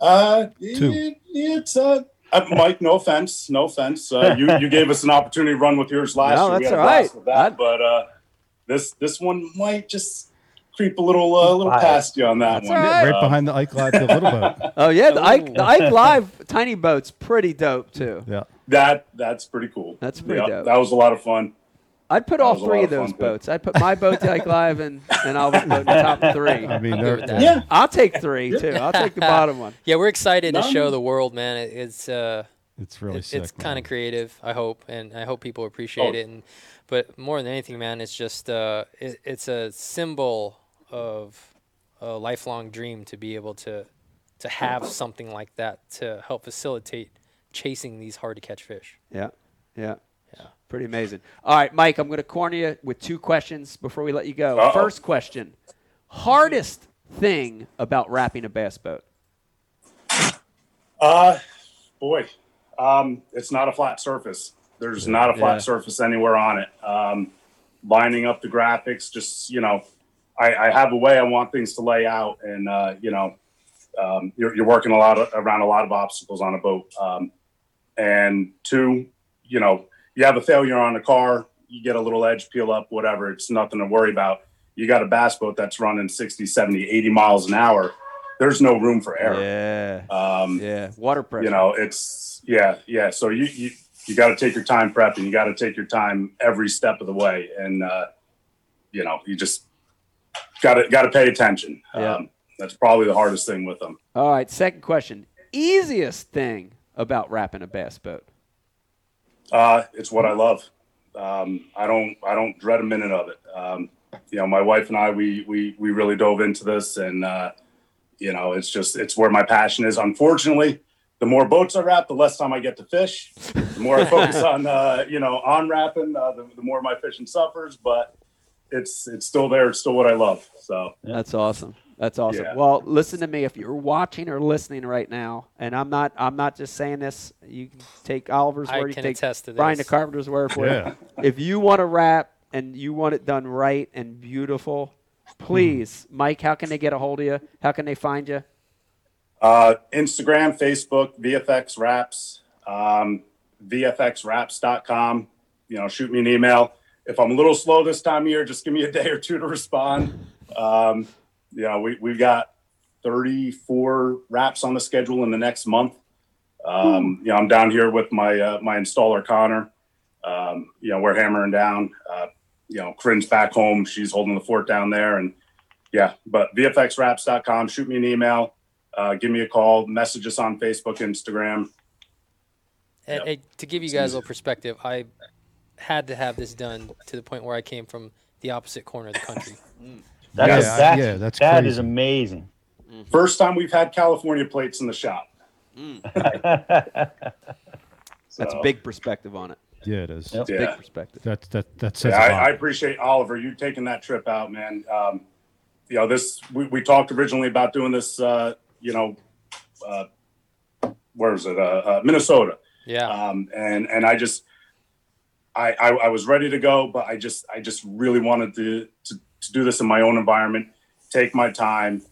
Speaker 4: Uh
Speaker 3: Two.
Speaker 4: it- it's uh uh, Mike, no offense, no offense. Uh, you you gave us an opportunity to run with yours last
Speaker 1: No,
Speaker 4: year. we
Speaker 1: that's
Speaker 4: had a
Speaker 1: all
Speaker 4: blast
Speaker 1: right.
Speaker 4: with that,
Speaker 1: I'd-
Speaker 4: but uh, this this one might just creep a little uh, a little
Speaker 5: Wow.
Speaker 4: past you on that
Speaker 1: That's
Speaker 4: one.
Speaker 1: all
Speaker 3: Right
Speaker 4: Uh,
Speaker 3: behind the Ike Live, the little boat.
Speaker 1: Oh yeah, the Ike,
Speaker 2: Ooh.
Speaker 1: the Ike Live tiny boat's pretty dope too.
Speaker 3: Yeah.
Speaker 4: that that's pretty cool.
Speaker 1: That's pretty dope.
Speaker 4: That was a lot of fun.
Speaker 1: I'd put
Speaker 4: That
Speaker 1: all
Speaker 4: was a
Speaker 1: three
Speaker 4: lot
Speaker 1: of
Speaker 4: of
Speaker 1: those
Speaker 4: fun, too.
Speaker 1: boats. I'd put my boat to Ike Live and and Alvin's boat in the top three.
Speaker 3: I mean,
Speaker 2: I'm good
Speaker 3: they're-
Speaker 2: with that.
Speaker 4: Yeah,
Speaker 1: I'll take three too. I'll take the bottom one.
Speaker 2: Yeah, we're excited to
Speaker 4: None.
Speaker 2: show the world, man. It, it's uh,
Speaker 3: it's really
Speaker 2: it-
Speaker 3: sick.
Speaker 2: it's kind
Speaker 3: man.
Speaker 2: of creative. I hope, and I hope people appreciate
Speaker 4: Oh.
Speaker 2: it. And but more than anything, man, it's just uh, it, it's a symbol of a lifelong dream to be able to to have something like that to help facilitate chasing these hard to catch fish.
Speaker 1: Yeah, yeah, yeah. Pretty amazing. All right, Mike, I'm going to corner you with two questions before we let you go.
Speaker 4: Uh-oh.
Speaker 1: First question: hardest thing about wrapping a bass boat?
Speaker 4: Uh, boy, um, it's not a flat surface. There's not a flat
Speaker 1: Yeah.
Speaker 4: surface anywhere on it. Um, lining up the graphics, just you know, I, I have a way I want things to lay out, and uh, you know, um, you're, you're working a lot of, around a lot of obstacles on a boat. Um, and two, you know, you have a failure on a car, you get a little edge peel up, whatever. It's nothing to worry about. You got a bass boat that's running 60, 70, 80 miles an hour. There's no room for error.
Speaker 1: Yeah,
Speaker 4: Um,
Speaker 1: yeah. Water pressure.
Speaker 4: you know it's yeah yeah so you you, you got to take your time prepping you got to take your time every step of the way and uh you know you just got to got to pay attention
Speaker 1: Yeah.
Speaker 4: um, that's probably the hardest thing with them
Speaker 1: All right. Second question: easiest thing about wrapping a bass boat?
Speaker 4: Uh, it's what I love. Um, I don't I don't dread a minute of it. Um, you know, my wife and I we we we really dove into this, and uh, you know, it's just it's where my passion is. Unfortunately, the more boats I wrap, the less time I get to fish. The more I focus on uh, you know on wrapping, uh, the, the more my fishing suffers. But it's it's still there. It's still what I love. So
Speaker 1: That's awesome. That's awesome.
Speaker 4: Yeah.
Speaker 1: Well, listen to me. If you're watching or listening right now, and I'm not, I'm not just saying this. You can take Oliver's
Speaker 2: I
Speaker 1: word. You
Speaker 2: can
Speaker 1: take
Speaker 2: attest to
Speaker 1: Brian the
Speaker 2: this.
Speaker 1: Carpenter's word for
Speaker 3: Yeah.
Speaker 1: it. If you want to wrap and you want it done right and beautiful, please, Mike. How can they get a hold of you? How can they find you?
Speaker 4: Uh, Instagram, Facebook, VFX Wraps, um, VFXWraps.com. You know, shoot me an email. If I'm a little slow this time of year, just give me a day or two to respond. Um, you know, we, we've got 34 wraps on the schedule in the next month. Um, you know, I'm down here with my, uh, my installer, Connor. Um, you know, we're hammering down. Uh, you know, Corinne's back home. She's holding the fort down there. And yeah, but VFXWraps.com, shoot me an email uh, give me a call, message us on Facebook, Instagram.
Speaker 2: And, and to give you guys a little perspective, I had to have this done to the point where I came from the opposite corner of the country.
Speaker 4: Mm.
Speaker 5: That is
Speaker 3: Yeah, I-
Speaker 5: that's,
Speaker 3: yeah, that's
Speaker 5: that is
Speaker 3: crazy.
Speaker 5: amazing.
Speaker 1: Mm-hmm.
Speaker 4: First time we've had California plates in the shop.
Speaker 1: Mm. That's
Speaker 4: So,
Speaker 1: big perspective on it.
Speaker 3: Yeah, it is.
Speaker 5: Yep.
Speaker 1: Big
Speaker 4: Yeah,
Speaker 1: perspective.
Speaker 3: That that that says
Speaker 4: yeah
Speaker 3: a lot.
Speaker 4: I, I appreciate Oliver you taking that trip out, man. Um, you know, this we, we talked originally about doing this. Uh, you know, uh, where was it? Uh, uh, Minnesota.
Speaker 2: Yeah.
Speaker 4: um, and and I just I, I I was ready to go, but I just I just really wanted to to, to do this in my own environment, take my time,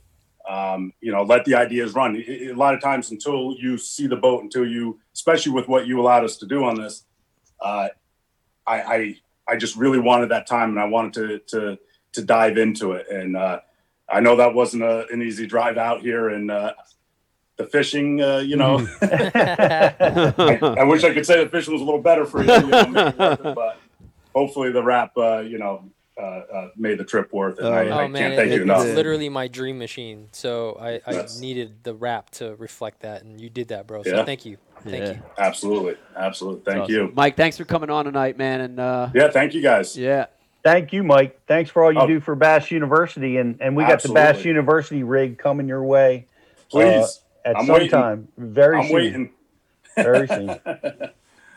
Speaker 4: um, you know, let the ideas run. I- I- A lot of times, until you see the boat, until you, especially with what you allowed us to do on this, uh, I, I I just really wanted that time, and I wanted to to to dive into it. And uh, I know that wasn't a, an easy drive out here, and uh, the fishing, uh, you know.
Speaker 2: Mm.
Speaker 4: I, I wish I could say the fishing was a little better for you, you know, made it worth it, but hhopefully the wrap, uh, you know, uh, uh, made the trip worth it. and
Speaker 1: Oh,
Speaker 4: I, I
Speaker 2: oh man,
Speaker 4: can't
Speaker 2: it-
Speaker 4: thank
Speaker 2: it-
Speaker 4: you
Speaker 2: it's
Speaker 4: enough.
Speaker 2: literally my dream machine. So I, I
Speaker 4: Yes.
Speaker 2: needed the wrap to reflect that, and you did that, bro. So
Speaker 4: Yeah.
Speaker 2: thank you, thank
Speaker 1: Yeah.
Speaker 2: you.
Speaker 4: Absolutely, absolutely. Thank
Speaker 1: Awesome.
Speaker 4: you.
Speaker 1: Mike. Thanks for coming on tonight, man. And uh,
Speaker 4: Yeah, thank you guys.
Speaker 1: yeah,
Speaker 5: Thank you, Mike. Thanks for all you
Speaker 4: Oh.
Speaker 5: do for Bass University, and and we got the Bass
Speaker 4: Absolutely.
Speaker 5: University rig coming your way uh,
Speaker 4: Please,
Speaker 5: at
Speaker 4: I'm
Speaker 5: some
Speaker 4: waiting.
Speaker 5: time very
Speaker 4: I'm
Speaker 5: soon.
Speaker 4: waiting.
Speaker 5: Very soon.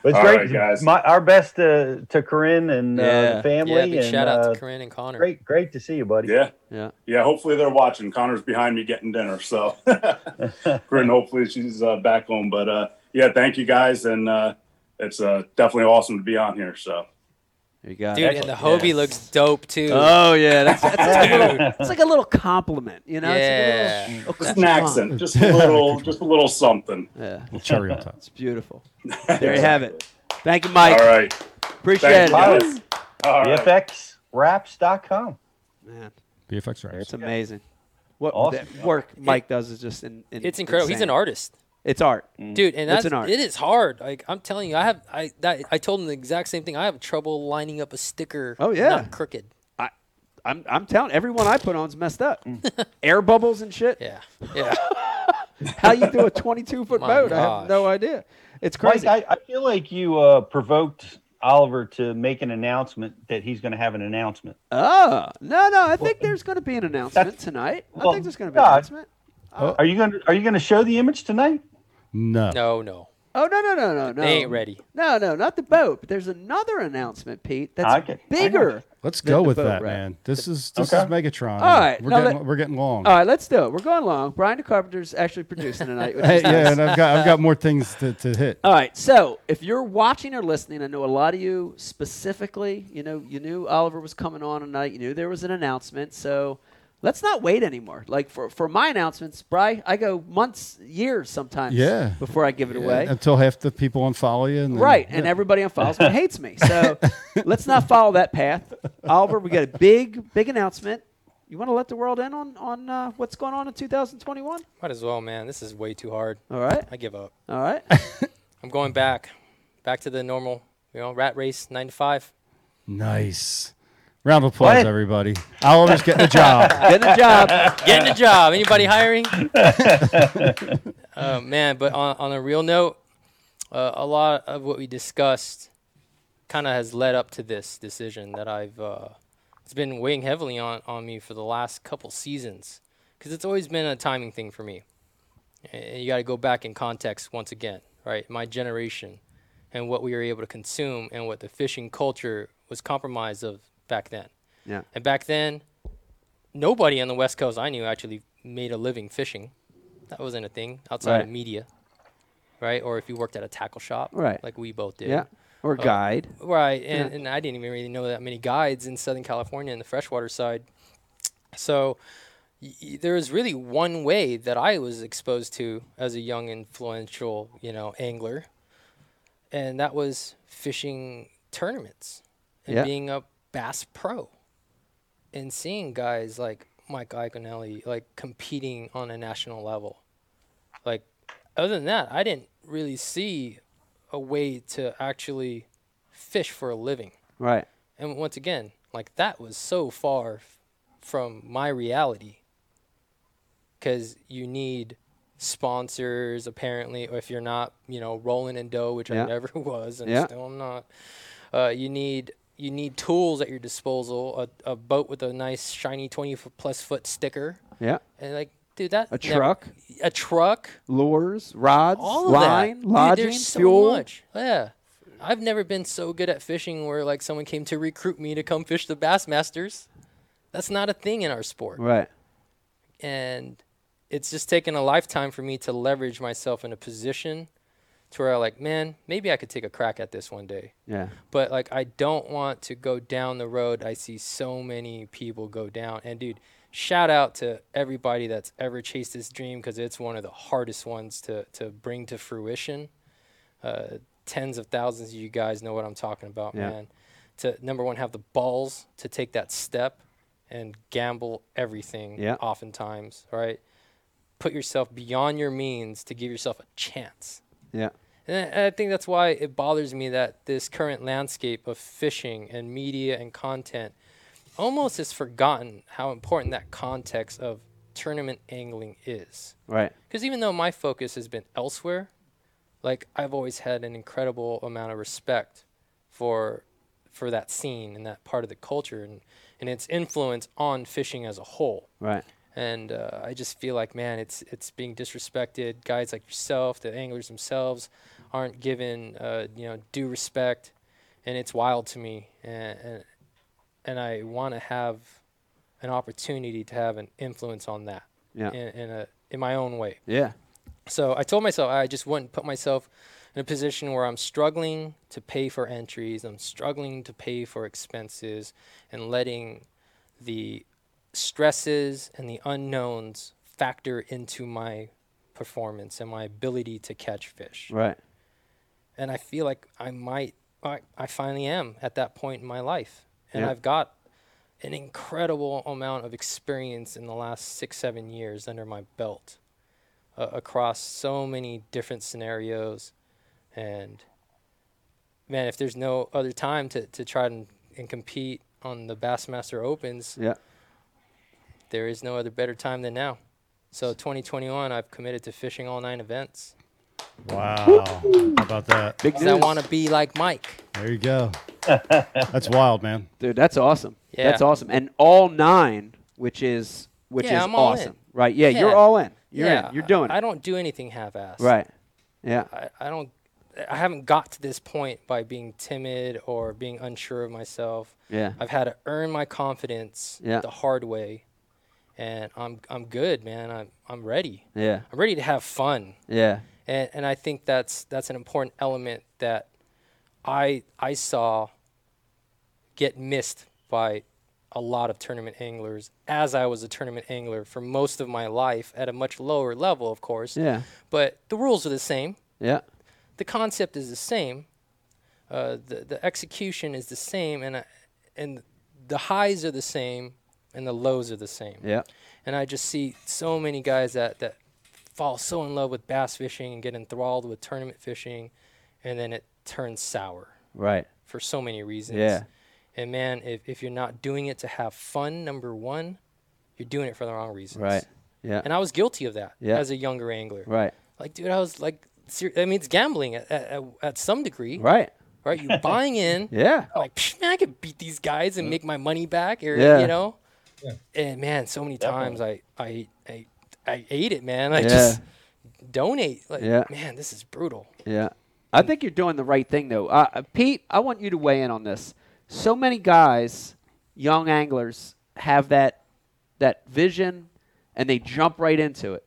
Speaker 5: But it's
Speaker 4: All
Speaker 5: great,
Speaker 4: right, guys.
Speaker 5: My, our best to, to Corinne and uh,
Speaker 1: Yeah.
Speaker 5: the family.
Speaker 2: yeah, big
Speaker 5: and,
Speaker 2: shout out
Speaker 5: uh,
Speaker 2: to Corinne and Connor.
Speaker 5: Great, great to see you, buddy.
Speaker 4: Yeah.
Speaker 1: Yeah.
Speaker 4: Yeah. Hopefully they're watching. Connor's behind me getting dinner. So, Corinne, hopefully she's uh, back home. But uh, yeah, thank you guys. And uh, it's uh, definitely awesome to be on here. So,
Speaker 1: There you go.
Speaker 2: Dude, and the Hobie
Speaker 1: Yes.
Speaker 2: looks dope too.
Speaker 1: Oh yeah, that's, that's like a
Speaker 5: Dude.
Speaker 1: little, it's like a little compliment, you know?
Speaker 2: yeah.
Speaker 1: It's like a little, Oh,
Speaker 4: just an accent, just a little, just a little something.
Speaker 1: Yeah,
Speaker 3: Little cherry on top.
Speaker 1: it's beautiful. There you have it. Thank you, Mike.
Speaker 4: All right.
Speaker 1: Appreciate
Speaker 4: Thanks, guys.
Speaker 1: it.
Speaker 4: All right.
Speaker 5: VFXraps.com.
Speaker 1: Man,
Speaker 3: VFX raps.
Speaker 1: it's amazing. What
Speaker 5: Awesome.
Speaker 1: the work Mike does is just in, in-
Speaker 2: It's incredible. He's an
Speaker 1: insane.
Speaker 2: artist.
Speaker 1: It's art.
Speaker 4: Mm.
Speaker 5: Mm.
Speaker 2: Dude, and
Speaker 1: It's
Speaker 2: that's
Speaker 1: an art.
Speaker 2: it is hard. Like I'm telling you, I have I that I told him the exact same thing. I have trouble lining up a sticker.
Speaker 1: Oh, yeah.
Speaker 2: not crooked.
Speaker 1: I, I'm I'm telling everyone I put on's messed up.
Speaker 5: Mm.
Speaker 1: Air bubbles and shit.
Speaker 2: Yeah, yeah.
Speaker 1: How you do a 22 foot
Speaker 2: My
Speaker 1: boat? I have
Speaker 2: gosh.
Speaker 1: no idea. It's
Speaker 5: Mike,
Speaker 1: crazy.
Speaker 5: I, I feel like you uh, provoked Oliver to make an announcement that he's going to have an announcement.
Speaker 1: oh
Speaker 2: Ah.
Speaker 1: no no! I think there's going to be an announcement tonight. I
Speaker 5: well,
Speaker 1: think there's going to be an
Speaker 5: God.
Speaker 1: announcement.
Speaker 5: Are you going to Are you going to show the image tonight?
Speaker 3: No.
Speaker 2: No, no,
Speaker 1: Oh no no no no no!
Speaker 2: they ain't ready.
Speaker 1: No no not the boat. But there's another announcement, Pete. That's
Speaker 5: I get- I
Speaker 1: bigger.
Speaker 3: Let's
Speaker 1: Than
Speaker 3: go
Speaker 1: the
Speaker 3: with
Speaker 1: boat
Speaker 3: that,
Speaker 1: rap.
Speaker 3: man. This is this
Speaker 5: Okay.
Speaker 3: is Megatron.
Speaker 1: All right,
Speaker 3: we're
Speaker 1: now
Speaker 3: getting
Speaker 1: let-
Speaker 3: we're getting long.
Speaker 1: All right, let's do it. We're going long. Brian De Carpenter's actually producing tonight. Which
Speaker 3: Hey,
Speaker 1: is nice.
Speaker 3: yeah, and I've got I've got more things to, to hit.
Speaker 1: All right. So if you're watching or listening, I know a lot of you specifically, you know, you knew Oliver was coming on tonight. You knew there was an announcement. So let's not wait anymore. Like for, for my announcements, Bry, I go months, years sometimes
Speaker 3: Yeah.
Speaker 1: before I give it away.
Speaker 3: Until half the people unfollow you, and then-
Speaker 1: Right, and everybody on follows me hates me. So let's not follow that path. Oliver, we got a big, big announcement. You want to let the world in on on uh, what's going on in 2021?
Speaker 2: Might as well, man. This is way too hard.
Speaker 1: All right,
Speaker 2: I give up.
Speaker 1: all right.
Speaker 2: I'm going back, back to the normal, you know, rat race nine to five.
Speaker 3: nice. Round of applause,
Speaker 5: What?
Speaker 3: everybody. I'll always get the job.
Speaker 1: Good job.
Speaker 2: Getting a job. Anybody hiring? uh, man, but on, on a real note, uh, a lot of what we discussed kind of has led up to this decision that I've. Uh, it's been weighing heavily on, on me for the last couple seasons because it's always been a timing thing for me. And you got to go back in context once again, right? My generation and what we were able to consume and what the fishing culture was compromised of back then.
Speaker 1: Yeah.
Speaker 2: And back then, nobody on the West Coast I knew actually made a living fishing. That wasn't a thing outside
Speaker 1: Right.
Speaker 2: of media, right? Or if you worked at a tackle shop,
Speaker 1: Right.
Speaker 2: Like we both did, Uh,
Speaker 1: Yeah, or guide.
Speaker 2: Right, and, and I didn't even really know that many guides in Southern California in the freshwater side. So y- y- there was really one way that I was exposed to as a young influential, you know, angler, and that was fishing tournaments and
Speaker 1: Yeah.
Speaker 2: being a bass pro and seeing guys like Mike Iconelli like competing on a national level. Like other than that, I didn't really see a way to actually fish for a living.
Speaker 1: Right.
Speaker 2: And once again, like that was so far f- from my reality. Cause you need sponsors apparently, or if you're not, you know, rolling in dough, which
Speaker 1: Yeah.
Speaker 2: I never was, and
Speaker 1: Yeah.
Speaker 2: still I'm not. Uh, you need you need tools at your disposal. A, a boat with a nice shiny twenty f- plus foot sticker,
Speaker 1: Yeah.
Speaker 2: and like, dude, that
Speaker 1: A
Speaker 2: never-
Speaker 1: truck,
Speaker 2: a truck,
Speaker 1: lures, rods,
Speaker 2: all of
Speaker 1: line,
Speaker 2: that. Dude,
Speaker 1: lodging,
Speaker 2: there's so
Speaker 1: fuel.
Speaker 2: much. Yeah. I've never been so good at fishing where like someone came to recruit me to come fish the Bassmasters. That's not a thing in our sport.
Speaker 1: Right.
Speaker 2: And it's just taken a lifetime for me to leverage myself in a position to where I like, man, maybe I could take a crack at this one day.
Speaker 1: Yeah.
Speaker 2: But like I don't want to go down the road I see so many people go down. And dude, shout out to everybody that's ever chased this dream because it's one of the hardest ones to to bring to fruition. Uh, tens of thousands of you guys know what I'm talking about,
Speaker 1: Yeah.
Speaker 2: man. To number one, have the balls to take that step and gamble everything.
Speaker 1: Yeah.
Speaker 2: Oftentimes, right? Put yourself beyond your means to give yourself a chance.
Speaker 1: Yeah.
Speaker 2: And I I think that's why it bothers me that this current landscape of fishing and media and content almost has forgotten how important that context of tournament angling is.
Speaker 1: Right.
Speaker 2: Because even though my focus has been elsewhere, like I've always had an incredible amount of respect for for that scene and that part of the culture and, and its influence on fishing as a whole
Speaker 1: Right.
Speaker 2: and uh, I just feel like man, it's it's being disrespected. Guys like yourself, the anglers themselves, aren't given uh, you know due respect, and it's wild to me, and and, and I want to have an opportunity to have an influence on that
Speaker 1: Yeah.
Speaker 2: in, in a in my own way.
Speaker 1: Yeah.
Speaker 2: So I told myself I just wouldn't put myself in a position where I'm struggling to pay for entries, I'm struggling to pay for expenses, and letting the stresses and the unknowns factor into my performance and my ability to catch fish.
Speaker 1: Right.
Speaker 2: And I feel like I might, I, I finally am at that point in my life. And
Speaker 1: Yeah.
Speaker 2: I've got an incredible amount of experience in the last six, seven years under my belt uh, across so many different scenarios. And man, if there's no other time to, to try and, and compete on the Bassmaster Opens,
Speaker 1: Yeah.
Speaker 2: there is no other better time than now. So 2021, I've committed to fishing all nine events.
Speaker 3: Wow. How about that?
Speaker 1: Big
Speaker 2: 'Cause
Speaker 1: news.
Speaker 2: I want to be like Mike.
Speaker 3: There you go. That's wild, man.
Speaker 1: Dude, that's awesome.
Speaker 2: Yeah.
Speaker 1: That's awesome. And all nine, which is which
Speaker 2: Yeah,
Speaker 1: is
Speaker 2: I'm all in.
Speaker 1: awesome. Right. Yeah, you're
Speaker 2: Yeah.
Speaker 1: all in. You're
Speaker 2: yeah,
Speaker 1: in. You're doing
Speaker 2: I, I
Speaker 1: it.
Speaker 2: don't do anything half-assed.
Speaker 1: Right. Yeah.
Speaker 2: I, I don't. I haven't got to this point by being timid or being unsure of myself.
Speaker 1: Yeah.
Speaker 2: I've had to earn my confidence
Speaker 1: Yeah.
Speaker 2: the hard way, and I'm I'm good, man. I'm I'm ready.
Speaker 1: Yeah.
Speaker 2: I'm ready to have fun.
Speaker 1: Yeah.
Speaker 2: and and I think that's that's an important element that I I saw get missed by a lot of tournament anglers as I was a tournament angler for most of my life at a much lower level of course
Speaker 1: Yeah.
Speaker 2: but the rules are the same
Speaker 1: Yeah.
Speaker 2: the concept is the same uh, the the execution is the same and I, and the highs are the same and the lows are the same
Speaker 1: Yeah.
Speaker 2: and I just see so many guys that that fall so in love with bass fishing and get enthralled with tournament fishing, and then it turns sour
Speaker 1: Right.
Speaker 2: for so many reasons.
Speaker 1: Yeah.
Speaker 2: And man, if if you're not doing it to have fun, number one, you're doing it for the wrong reasons.
Speaker 1: Right. Yeah.
Speaker 2: And I was guilty of that
Speaker 1: Yeah.
Speaker 2: as a younger angler.
Speaker 1: Right.
Speaker 2: Like, dude, I was like, ser- I mean, it's gambling at, at, at- at some degree,
Speaker 1: Right.
Speaker 2: right? You buying in,
Speaker 1: Yeah.
Speaker 2: I'm like, Psh, man, I could beat these guys and make my money back, or
Speaker 1: Yeah.
Speaker 2: you know. And man, so many times I, I I I ate it, man. I
Speaker 1: Yeah.
Speaker 2: just donate. Like,
Speaker 1: Yeah.
Speaker 2: man, this is brutal.
Speaker 1: Yeah. I think you're doing the right thing, though. Uh, uh, Pete, I want you to weigh in on this. So many guys, young anglers, have that that vision and they jump right into it.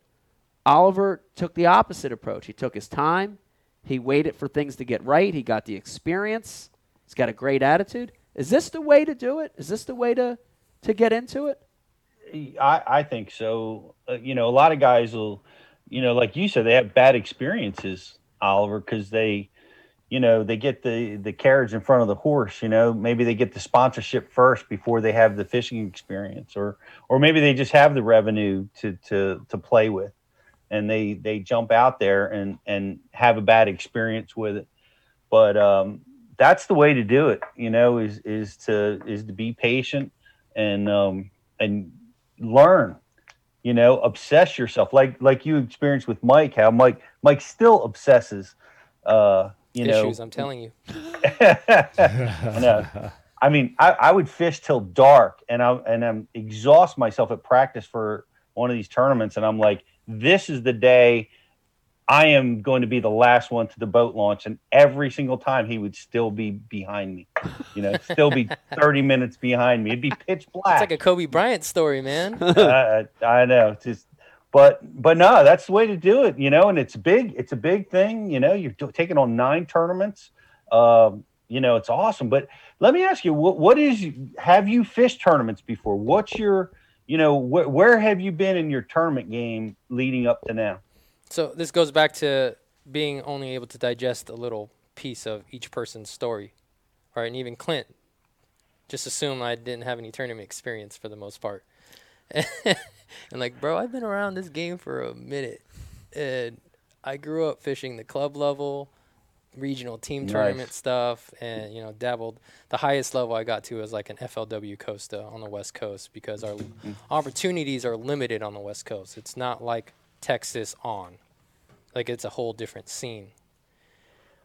Speaker 1: Oliver took the opposite approach. He took his time. He waited for things to get right. He got the experience. He's got a great attitude. Is this the way to do it? Is this the way to to get into it?
Speaker 5: I, I think so. Uh, you know, a lot of guys will, you know, like you said, they have bad experiences, Oliver, because they, you know, they get the the carriage in front of the horse. You know, maybe they get the sponsorship first before they have the fishing experience, or or maybe they just have the revenue to to to play with, and they they jump out there and and have a bad experience with it. But um, that's the way to do it. You know, is is to is to be patient and um and learn you know obsess yourself like like you experienced with mike how mike mike still obsesses uh you
Speaker 2: Issues,
Speaker 5: know
Speaker 2: I'm telling you.
Speaker 5: No. i mean I, I would fish till dark and i'm and i'm exhaust myself at practice for one of these tournaments and i'm like this is the day i am going to be the last one to the boat launch and every single time he would still be behind me you know still be 30 minutes behind me it'd be pitch black
Speaker 2: It's like a Kobe Bryant story, man.
Speaker 5: I, I I know. It's just, but but no, that's the way to do it, you know. And it's big. It's a big thing, you know. You're do- taking on nine tournaments. Um, you know, it's awesome. But let me ask you, what what is? Have you fished tournaments before? What's your, you know, wh- where have you been in your tournament game leading up to now?
Speaker 2: so this goes back to being only able to digest a little piece of each person's story, right? And even Clint, just assume I didn't have any tournament experience for the most part. and like, bro, I've been around this game for a minute, and I grew up fishing the club level, regional team tournament stuff, and you know, dabbled. The highest level I got to was like an FLW Costa on the West Coast because our
Speaker 5: Mm-hmm.
Speaker 2: opportunities are limited on the West Coast. It's not like Texas on, like it's a whole different scene.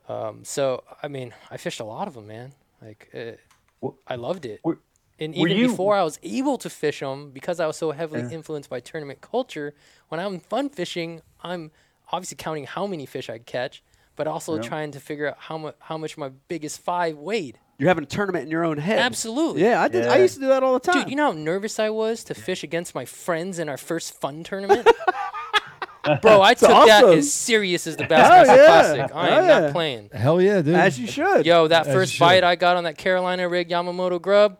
Speaker 2: Um, so I mean, I fished a lot of them, man. Like, uh,
Speaker 5: Wh-
Speaker 2: I loved it.
Speaker 5: were-
Speaker 2: And
Speaker 5: were
Speaker 2: even
Speaker 5: you-
Speaker 2: before I was able to fish them, because I was so heavily influenced by tournament culture, when I'm fun fishing, I'm obviously counting how many fish I catch, but also
Speaker 3: Yeah.
Speaker 2: trying to figure out how much how much my biggest five weighed.
Speaker 1: You're having a tournament in your own head.
Speaker 2: Absolutely.
Speaker 1: Yeah, I did. I
Speaker 5: Yeah.
Speaker 1: used to do that all the time.
Speaker 2: Dude, you know how nervous I was to fish against my friends in our first fun tournament? Bro, I took
Speaker 1: awesome.
Speaker 2: that as serious as the Bassmaster
Speaker 1: yeah.
Speaker 2: Classic. I am
Speaker 1: Hell yeah.
Speaker 2: not playing.
Speaker 3: Hell yeah, dude.
Speaker 1: as you should.
Speaker 2: Yo, that
Speaker 3: As you
Speaker 2: first
Speaker 3: should.
Speaker 2: bite I got on that Carolina rig Yamamoto grub,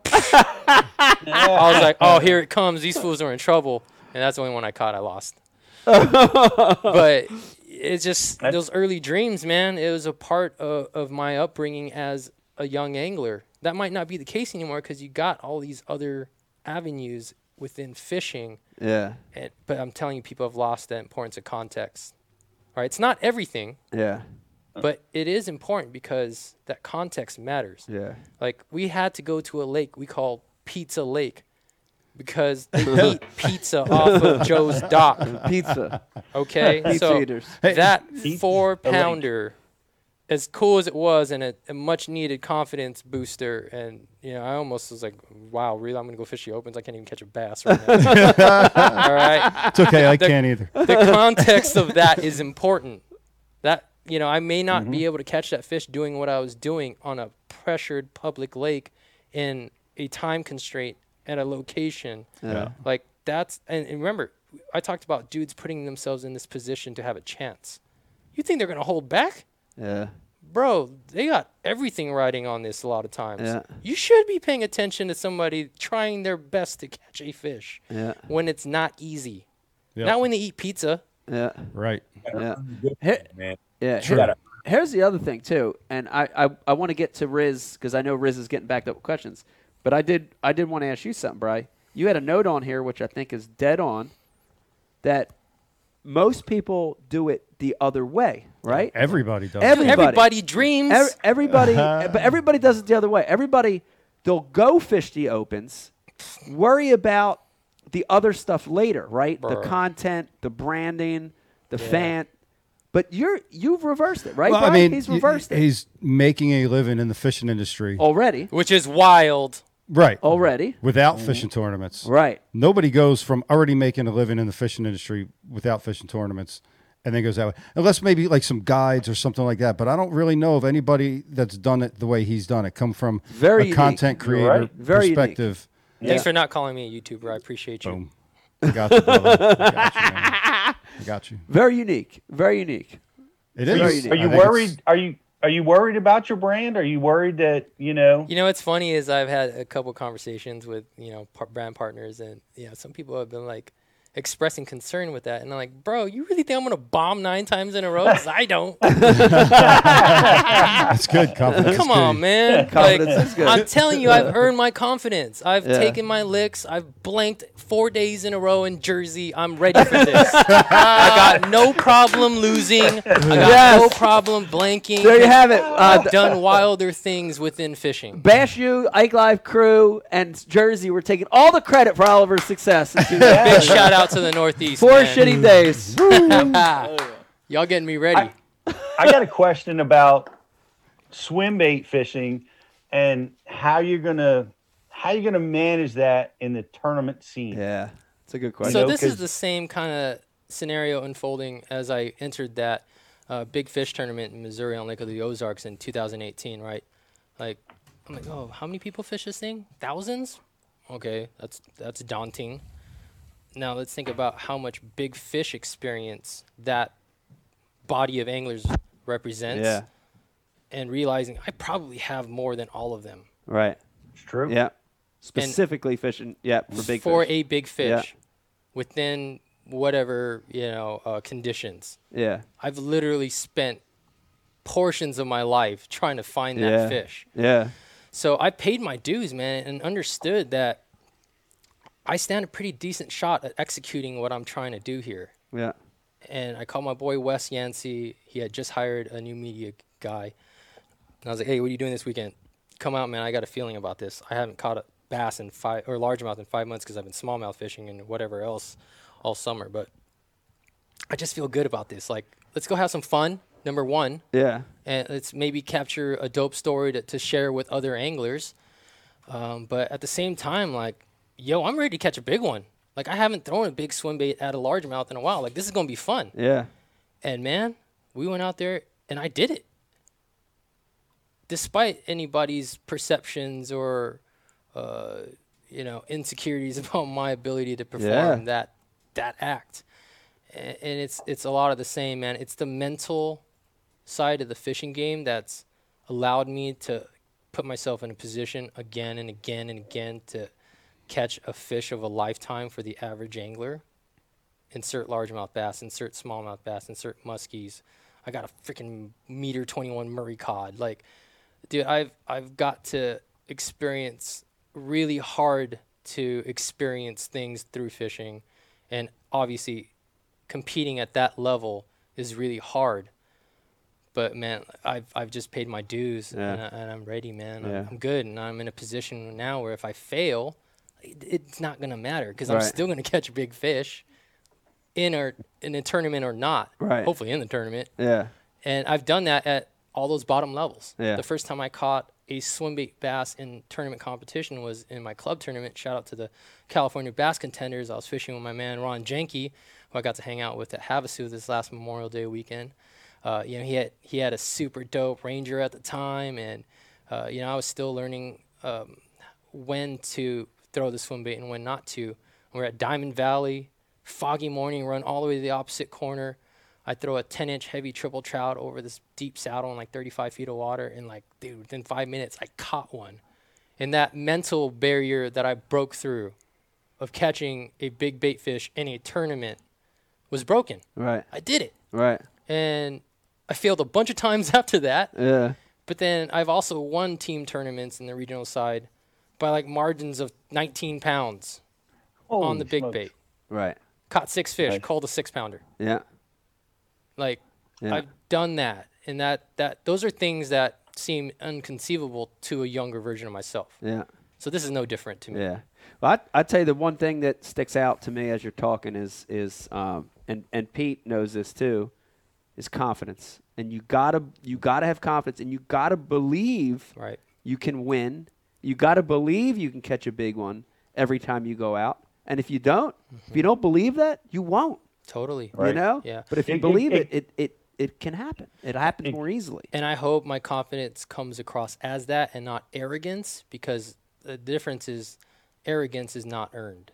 Speaker 2: I was like, oh, here it comes. These fools are in trouble. And that's the only one I caught. I lost. but it's just
Speaker 5: That's-
Speaker 2: those early dreams, man. It was a part of, of my upbringing as a young angler. That might not be the case anymore because you got all these other avenues within fishing.
Speaker 1: Yeah.
Speaker 2: And, but I'm telling you, people have lost that importance of context. All right, it's not everything,
Speaker 1: Yeah.
Speaker 2: but it is important because that context matters.
Speaker 1: Yeah.
Speaker 2: Like we had to go to a lake we call Pizza Lake because they eat pizza off of Joe's dock.
Speaker 1: Pizza.
Speaker 2: Okay,
Speaker 1: Pizza
Speaker 2: so
Speaker 1: eaters.
Speaker 2: that
Speaker 5: Pizza
Speaker 2: four
Speaker 5: Lake.
Speaker 2: pounder, as cool as it was, and a, a much needed confidence booster. And you know, I almost was like, "Wow, really? I'm gonna go fish the opens. I can't even catch a bass right now." All right,
Speaker 3: It's okay. I
Speaker 2: The-
Speaker 3: can't either.
Speaker 2: the context of that is important. That you know, I may not be able to catch that fish doing what I was doing on a pressured public lake in a time constraint at a location.
Speaker 1: Yeah.
Speaker 2: Like that's and, and remember, I talked about dudes putting themselves in this position to have a chance. You think they're gonna hold back?
Speaker 1: Yeah.
Speaker 2: Bro, they got everything riding on this a lot of times.
Speaker 1: Yeah.
Speaker 2: You should be paying attention to somebody trying their best to catch a fish
Speaker 1: Yeah.
Speaker 2: when it's not easy.
Speaker 3: Yep.
Speaker 2: Not when they eat pizza.
Speaker 1: Yeah.
Speaker 3: Right.
Speaker 1: Yeah.
Speaker 6: Good, man.
Speaker 1: Yeah.
Speaker 6: Sure.
Speaker 1: Here- here's the other thing too, and I I, I want to get to Riz because I know Riz is getting backed up with questions, but I did I did want to ask you something, Bry. You had a note on here which I think is dead on, that most people do it the other way, right?
Speaker 3: Everybody does.
Speaker 1: Every- Everybody.
Speaker 2: Everybody dreams.
Speaker 1: Ev- everybody, but everybody does it the other way. Everybody, they'll go fish the opens, worry about the other stuff later, right?
Speaker 2: Bruh.
Speaker 1: The content, the branding, the fan. But you're you've reversed it, right?
Speaker 3: well, I
Speaker 1: Brian?
Speaker 3: mean,
Speaker 1: he's
Speaker 3: y-
Speaker 1: reversed it
Speaker 3: He's making a living in the fishing industry.
Speaker 1: already.
Speaker 2: which is wild.
Speaker 3: Right.
Speaker 1: Already, Mm-hmm.
Speaker 3: Without fishing tournaments.
Speaker 1: right?
Speaker 3: Nobody goes from already making a living in the fishing industry without fishing tournaments and then goes that way. Unless maybe like some guides or something like that. But I don't really know of anybody that's done it the way he's done it. Come from
Speaker 1: Very
Speaker 3: a
Speaker 1: unique.
Speaker 3: content creator
Speaker 5: right.
Speaker 1: Very unique.
Speaker 3: perspective.
Speaker 2: Thanks for not calling me a YouTuber. I appreciate you.
Speaker 3: Boom. I got you, brother. I got you, man. I got you.
Speaker 1: Very unique. Very unique.
Speaker 3: It
Speaker 1: Very
Speaker 3: is.
Speaker 1: unique.
Speaker 5: Are
Speaker 3: I
Speaker 5: you
Speaker 3: think it's-
Speaker 5: worried? Are you are you worried about your brand? Are you worried that you know?
Speaker 2: You know, what's funny is I've had a couple conversations with you know par- brand partners, and you know some people have been like expressing concern with that, and I'm like, bro, you really think I'm gonna bomb nine times in a row? 'Cause I don't.
Speaker 3: That's good. Confidence.
Speaker 2: Come
Speaker 3: is key.
Speaker 2: on, man. Like,
Speaker 1: Confidence is good.
Speaker 2: I'm telling you, I've earned my confidence. I've
Speaker 1: Yeah.
Speaker 2: taken my licks. I've blanked four days in a row in Jersey. I'm ready for this. I got no problem losing. I got
Speaker 1: Yes.
Speaker 2: no problem blanking.
Speaker 1: There you have it. Uh,
Speaker 2: I've done wilder things within fishing.
Speaker 1: Bash you, Ike Live crew, and Jersey were taking all the credit for Oliver's success. in 2000.
Speaker 2: Big shout out to the Northeast.
Speaker 1: Four
Speaker 2: man.
Speaker 1: shitty days.
Speaker 2: Y'all getting me ready.
Speaker 5: I got a question about swim bait fishing and how you're gonna how you're gonna manage that in the tournament scene.
Speaker 1: yeah, it's a good question.
Speaker 2: So
Speaker 5: know,
Speaker 2: this is
Speaker 5: 'cause-
Speaker 2: the same kind of scenario unfolding as I entered that uh, big fish tournament in Missouri on Lake of the Ozarks in 2018, right? Like, I'm like, oh, how many people fish this thing? Thousands? Okay, that's that's daunting. Now let's think about how much big fish experience that body of anglers represents,
Speaker 1: yeah,
Speaker 2: and realizing I probably have more than all of them.
Speaker 1: right.
Speaker 5: It's true.
Speaker 1: Yeah. Specifically fishing, yeah, for big
Speaker 2: for
Speaker 1: fish.
Speaker 2: a big fish within whatever you know uh, conditions
Speaker 1: yeah,
Speaker 2: i've literally spent portions of my life trying to find that
Speaker 1: Yeah.
Speaker 2: fish
Speaker 1: yeah,
Speaker 2: so i paid my dues man and understood that i stand a pretty decent shot at executing what i'm trying to do here
Speaker 1: yeah,
Speaker 2: and I called my boy Wes Yancey. He had just hired a new media guy. And I was like, hey, what are you doing this weekend? Come out, man. I got a feeling about this. I haven't caught a bass in five or largemouth in five months because I've been smallmouth fishing and whatever else all summer. But I just feel good about this. Like, let's go have some fun, number one
Speaker 1: yeah,
Speaker 2: and let's maybe capture a dope story to, to share with other anglers. Um, but at the same time, like, yo, I'm ready to catch a big one. Like, I haven't thrown a big swim bait at a largemouth in a while. Like, this is gonna be fun.
Speaker 1: yeah,
Speaker 2: And man, we went out there and I did it. Despite anybody's perceptions or, uh, you know, insecurities about my ability to perform
Speaker 1: Yeah.
Speaker 2: that that act, A- and it's it's a lot of the same, man. It's the mental side of the fishing game that's allowed me to put myself in a position again and again and again to catch a fish of a lifetime for the average angler. Insert largemouth bass, insert smallmouth bass, insert muskies. I got a freaking meter 21 Murray cod. Like, dude, I've I've got to experience really hard to experience things through fishing, and obviously, competing at that level is really hard. But man, I've I've just paid my dues
Speaker 1: Yeah.
Speaker 2: and, I, and I'm ready, man. I'm-
Speaker 1: Yeah.
Speaker 2: I'm good, and I'm in a position now where if I fail, it- it's not gonna matter because I'm
Speaker 1: Right.
Speaker 2: still gonna catch a big fish, in or in a tournament or not.
Speaker 1: Right.
Speaker 2: Hopefully in the tournament,
Speaker 1: Yeah.
Speaker 2: and I've done that at all those bottom levels.
Speaker 1: Yeah.
Speaker 2: The first time I caught a swimbait bass in tournament competition was in my club tournament. Shout out to the California Bass Contenders. I was fishing with my man Ron Jenke, who I got to hang out with at Havasu this last Memorial Day weekend. Uh, you know, he had he had a super dope ranger at the time, and uh, you know I was still learning um, when to throw the swim bait and when not to. We're at Diamond Valley, foggy morning, run all the way to the opposite corner. I throw a 10 inch heavy triple trout over this deep saddle in like 35 feet of water. And like, dude, within five minutes, I caught one. And that mental barrier that I broke through of catching a big bait fish in a tournament was broken.
Speaker 1: Right.
Speaker 2: I did it.
Speaker 1: Right.
Speaker 2: And I failed a bunch of times after that.
Speaker 1: Yeah.
Speaker 2: But then I've also won team tournaments in the regional side by like margins of 19 pounds on
Speaker 5: Holy
Speaker 2: the big
Speaker 5: smokes.
Speaker 2: bait.
Speaker 1: Right.
Speaker 2: Caught six fish,
Speaker 5: Nice.
Speaker 2: called a six pounder.
Speaker 1: Yeah.
Speaker 2: Like
Speaker 1: Yeah.
Speaker 2: I've done that, and that that those are things that seem inconceivable to a younger version of myself.
Speaker 1: Yeah.
Speaker 2: So this is no different to me.
Speaker 1: Yeah. Well, I I tell you the one thing that sticks out to me as you're talking is is um and and Pete knows this too, is confidence. And you gotta you gotta have confidence, and you gotta believe
Speaker 2: Right.
Speaker 1: you can win. You gotta believe you can catch a big one every time you go out. And if you don't, if you don't believe that, you won't.
Speaker 2: Mm-hmm. Totally.
Speaker 1: You
Speaker 5: Right.
Speaker 1: know.
Speaker 2: Yeah.
Speaker 1: But if you
Speaker 5: It- it-
Speaker 1: believe it,
Speaker 5: it-
Speaker 1: it it it can happen. It happens more easily.
Speaker 2: And I hope my confidence comes across as that and not arrogance, because the difference is arrogance is not earned.